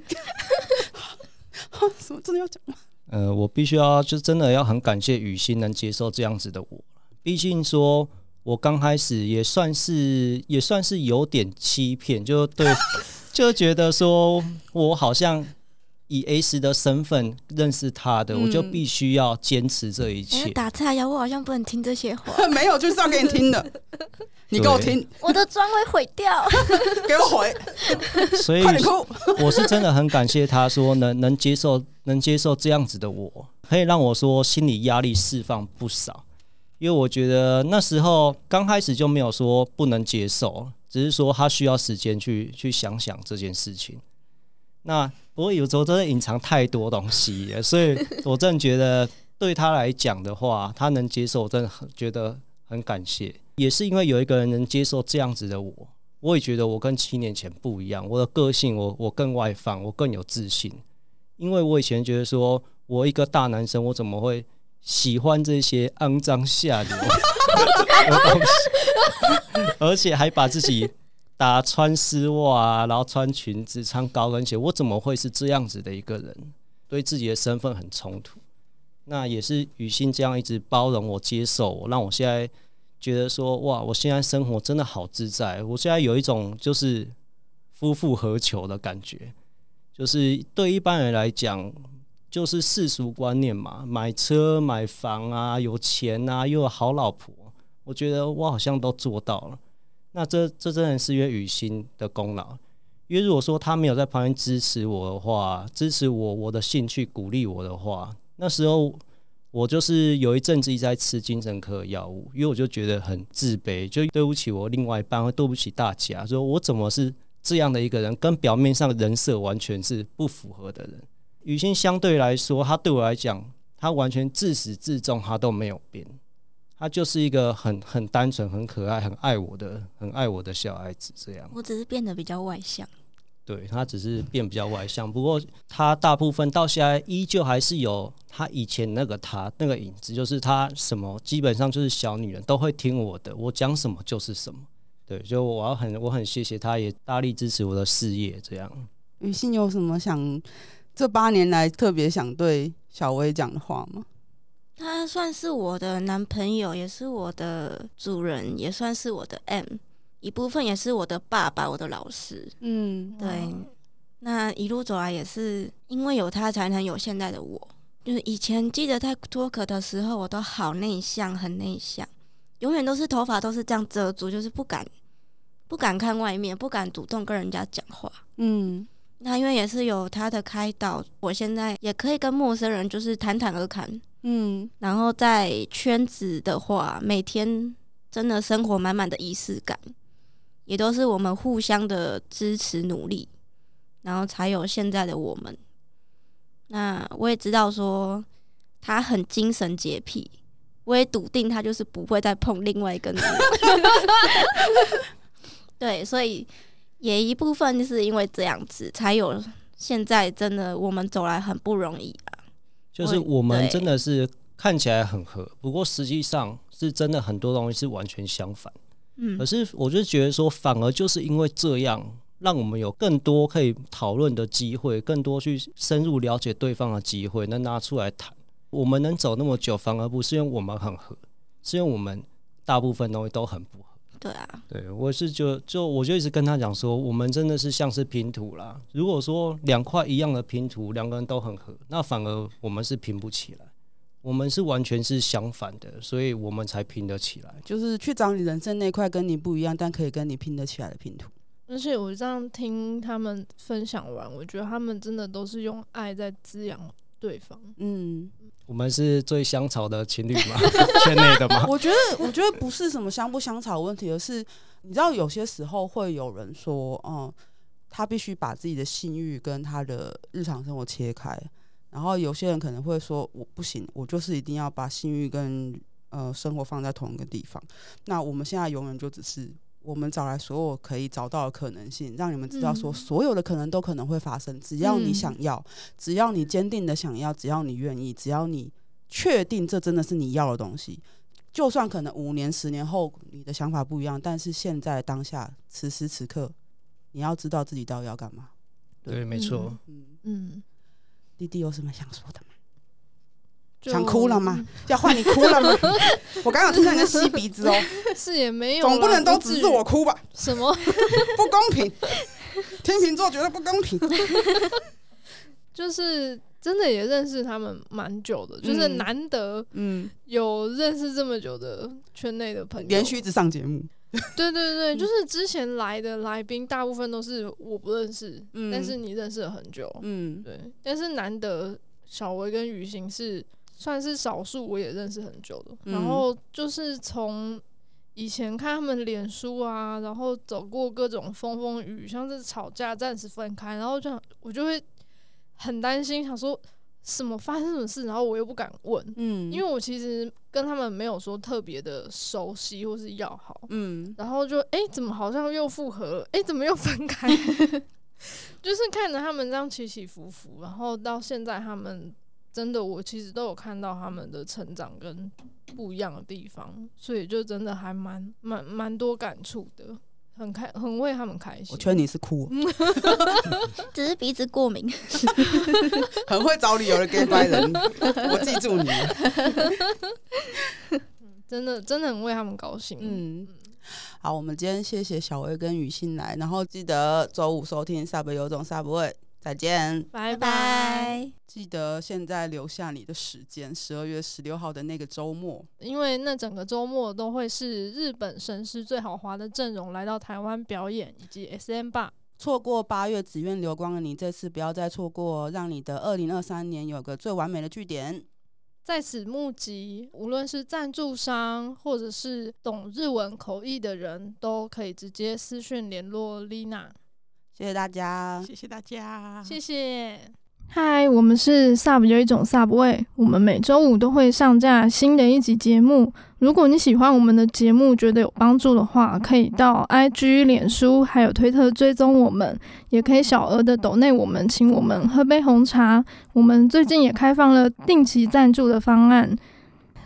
什么真的要讲吗？呃，我必须要就真的要很感谢雨欣能接受这样子的我，毕竟说我刚开始也算是也算是有点欺骗，就对就觉得说我好像以 S 的身份认识他的，我就嗯必须要坚持这一哎切。打岔呀，我好像不能听这些话， *laughs* 没有，就是要给你听的。你给我对听， *laughs* 我的妆会毁掉。给我回，所以快点哭。 *laughs* 我是真的很感谢他说能能接受能接受这样子的我，可以让我说心理压力释放不少。因为我觉得那时候刚开始就没有说不能接受，只是说他需要时间去去想想这件事情。那不过有时候真的隐藏太多东西了，所以我真的觉得对他来讲的话，他能接受，我真的很觉得很感谢。也是因为有一个人能接受这样子的我，我也觉得我跟七年前不一样，我的个性我我更外放，我更有自信，因为我以前觉得说我一个大男生，我怎么会喜欢这些肮脏下流 *laughs* 的东西，而且还把自己打穿丝袜啊，然后穿裙子、穿高跟鞋，我怎么会是这样子的一个人？对自己的身份很冲突。那也是雨欣这样一直包容我、接受我，让我现在觉得说，哇，我现在生活真的好自在，我现在有一种就是夫复何求的感觉，就是对一般人来讲，就是世俗观念嘛，买车、买房啊，有钱啊，又有好老婆，我觉得我好像都做到了。那这这真的是因为雨欣的功劳，因为如果说他没有在旁边支持我的话，支持我我的兴趣，鼓励我的话，那时候我就是有一阵子一直在吃精神科的药物，因为我就觉得很自卑，就对不起我另外一半，会对不起大家，说我怎么是这样的一个人，跟表面上人设完全是不符合的人。雨欣相对来说，她对我来讲，她完全自始至终她都没有变，她就是一个很很单纯、很可爱、很爱我的、很爱我的小孩子这样。 *laughs* 我只是变得比较外向，对他只是变比较外向，不过他大部分到现在依旧还是有他以前那个他那个影子，就是他什么基本上就是小女人都会听我的，我讲什么就是什么。对，就我要很我很谢谢他，也大力支持我的事业这样。雨欣有什么想这八年来特别想对小薇讲的话吗？他算是我的男朋友，也是我的主人，也算是我的 M，一部分也是我的爸爸，我的老师。嗯，对哇，那一路走来也是因为有他，才能有现在的我。就是以前记得在脱壳的时候，我都好内向，很内向，永远都是头发都是这样遮住，就是不敢不敢看外面，不敢主动跟人家讲话。嗯，那因为也是有他的开导，我现在也可以跟陌生人就是侃侃而谈。嗯，然后在圈子的话，每天真的生活满满的仪式感，也都是我们互相的支持努力，然后才有现在的我们。那我也知道说他很精神洁癖，我也笃定他就是不会再碰另外一个男人。对，所以也一部分就是因为这样子，才有现在真的我们走来很不容易啊。就是会我们对真的是看起来很合，不过实际上是真的很多东西是完全相反。嗯可，是我就觉得说，反而就是因为这样，让我们有更多可以讨论的机会，更多去深入了解对方的机会，能拿出来谈。我们能走那么久，反而不是因为我们很合，是因为我们大部分东西都很不合。对啊，对，我是就就我就一直跟他讲说，我们真的是像是拼图啦。如果说两块一样的拼图，两个人都很合，那反而我们是拼不起来，我们是完全是相反的，所以我们才拼得起来。就是去找你人生那块跟你不一样，但可以跟你拼得起来的拼图。而且我这样听他们分享完，我觉得他们真的都是用爱在滋养对方。嗯，我们是最香草的情侣吗？ *laughs* 圈内的吗？我觉得，我觉得不是什么香不香草的问题，而是你知道，有些时候会有人说，嗯，他必须把自己的性欲跟他的日常生活切开，然后有些人可能会说，我不行，我就是一定要把性欲跟呃生活放在同一个地方。那我们现在永远就只是。我们找来所有可以找到的可能性，让你们知道说，嗯所有的可能都可能会发生，只要你嗯想要，只要你坚定的想要，只要你愿意，只要你确定这真的是你要的东西，就算可能五年、十年后你的想法不一样，但是现在当下此时此刻，你要知道自己到底要干嘛。对，没错。嗯，嗯，弟弟有什么想说的吗？就嗯想哭了吗？ *laughs* 要换你哭 *laughs* 了吗？我刚刚有听到你在吸鼻子哦，是也没有啦，总不能都至只于是我哭吧？什么？不公平。天秤座觉得不公 *laughs* 平。 *laughs* 就是真的也认识他们蛮久的，就是嗯难得嗯，有认识这么久的圈内的朋友。连续嗯一直上节目，对对对，就是之前来的来宾大部分都是我不认识，嗯但是你认识了很久，嗯，对。但是难得小维跟雨欣是算是少数我也认识很久的，嗯然后就是从。以前看他们脸书啊，然后走过各种风风雨雨，像是吵架暂时分开，然后就想我就会很担心，想说什么发生什么事，然后我又不敢问，嗯因为我其实跟他们没有说特别的熟悉或是要好，嗯然后就哎、诶怎么好像又复合了？哎、怎么又分 *laughs* 开？就是看着他们这样起起伏伏，然后到现在他们真的，我其实都有看到他们的成长跟不一样的地方，所以就真的还蛮蛮蛮多感触的，很开很为他们开心我。劝你是哭，只是鼻子过敏。很会找理由的 gay 白人，我记住你了。真的真的很为他们高兴。嗯，嗯，好，我们今天谢谢小薇跟雨欣来，然后记得周五收听 Sub 有种 Sub 味，再见。拜拜拜。记得现在留下你的时间，十二月十六号的那个周末。因为那整个周末都会是日本神师最豪华的阵容来到台湾表演，以及 SM 吧。错过八月只愿流光的你，这次不要再错过哦，让你的二零二三年有个最完美的据点。在此募集，无论是赞助商或者是懂日文口译的人，都可以直接私讯联络 Lina。谢谢大家，谢谢大家，谢谢。嗨，我们是 Sub 有一种 Sub 味，我们每周五都会上架新的一集节目。如果你喜欢我们的节目，觉得有帮助的话，可以到 IG、脸书还有推特追踪我们，也可以小额的抖内我们，请我们喝杯红茶。我们最近也开放了定期赞助的方案，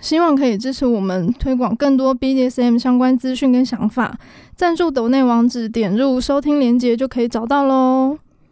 希望可以支持我们推广更多 BDSM 相关资讯跟想法。赞助抖内网址点入收听链接就可以找到喽。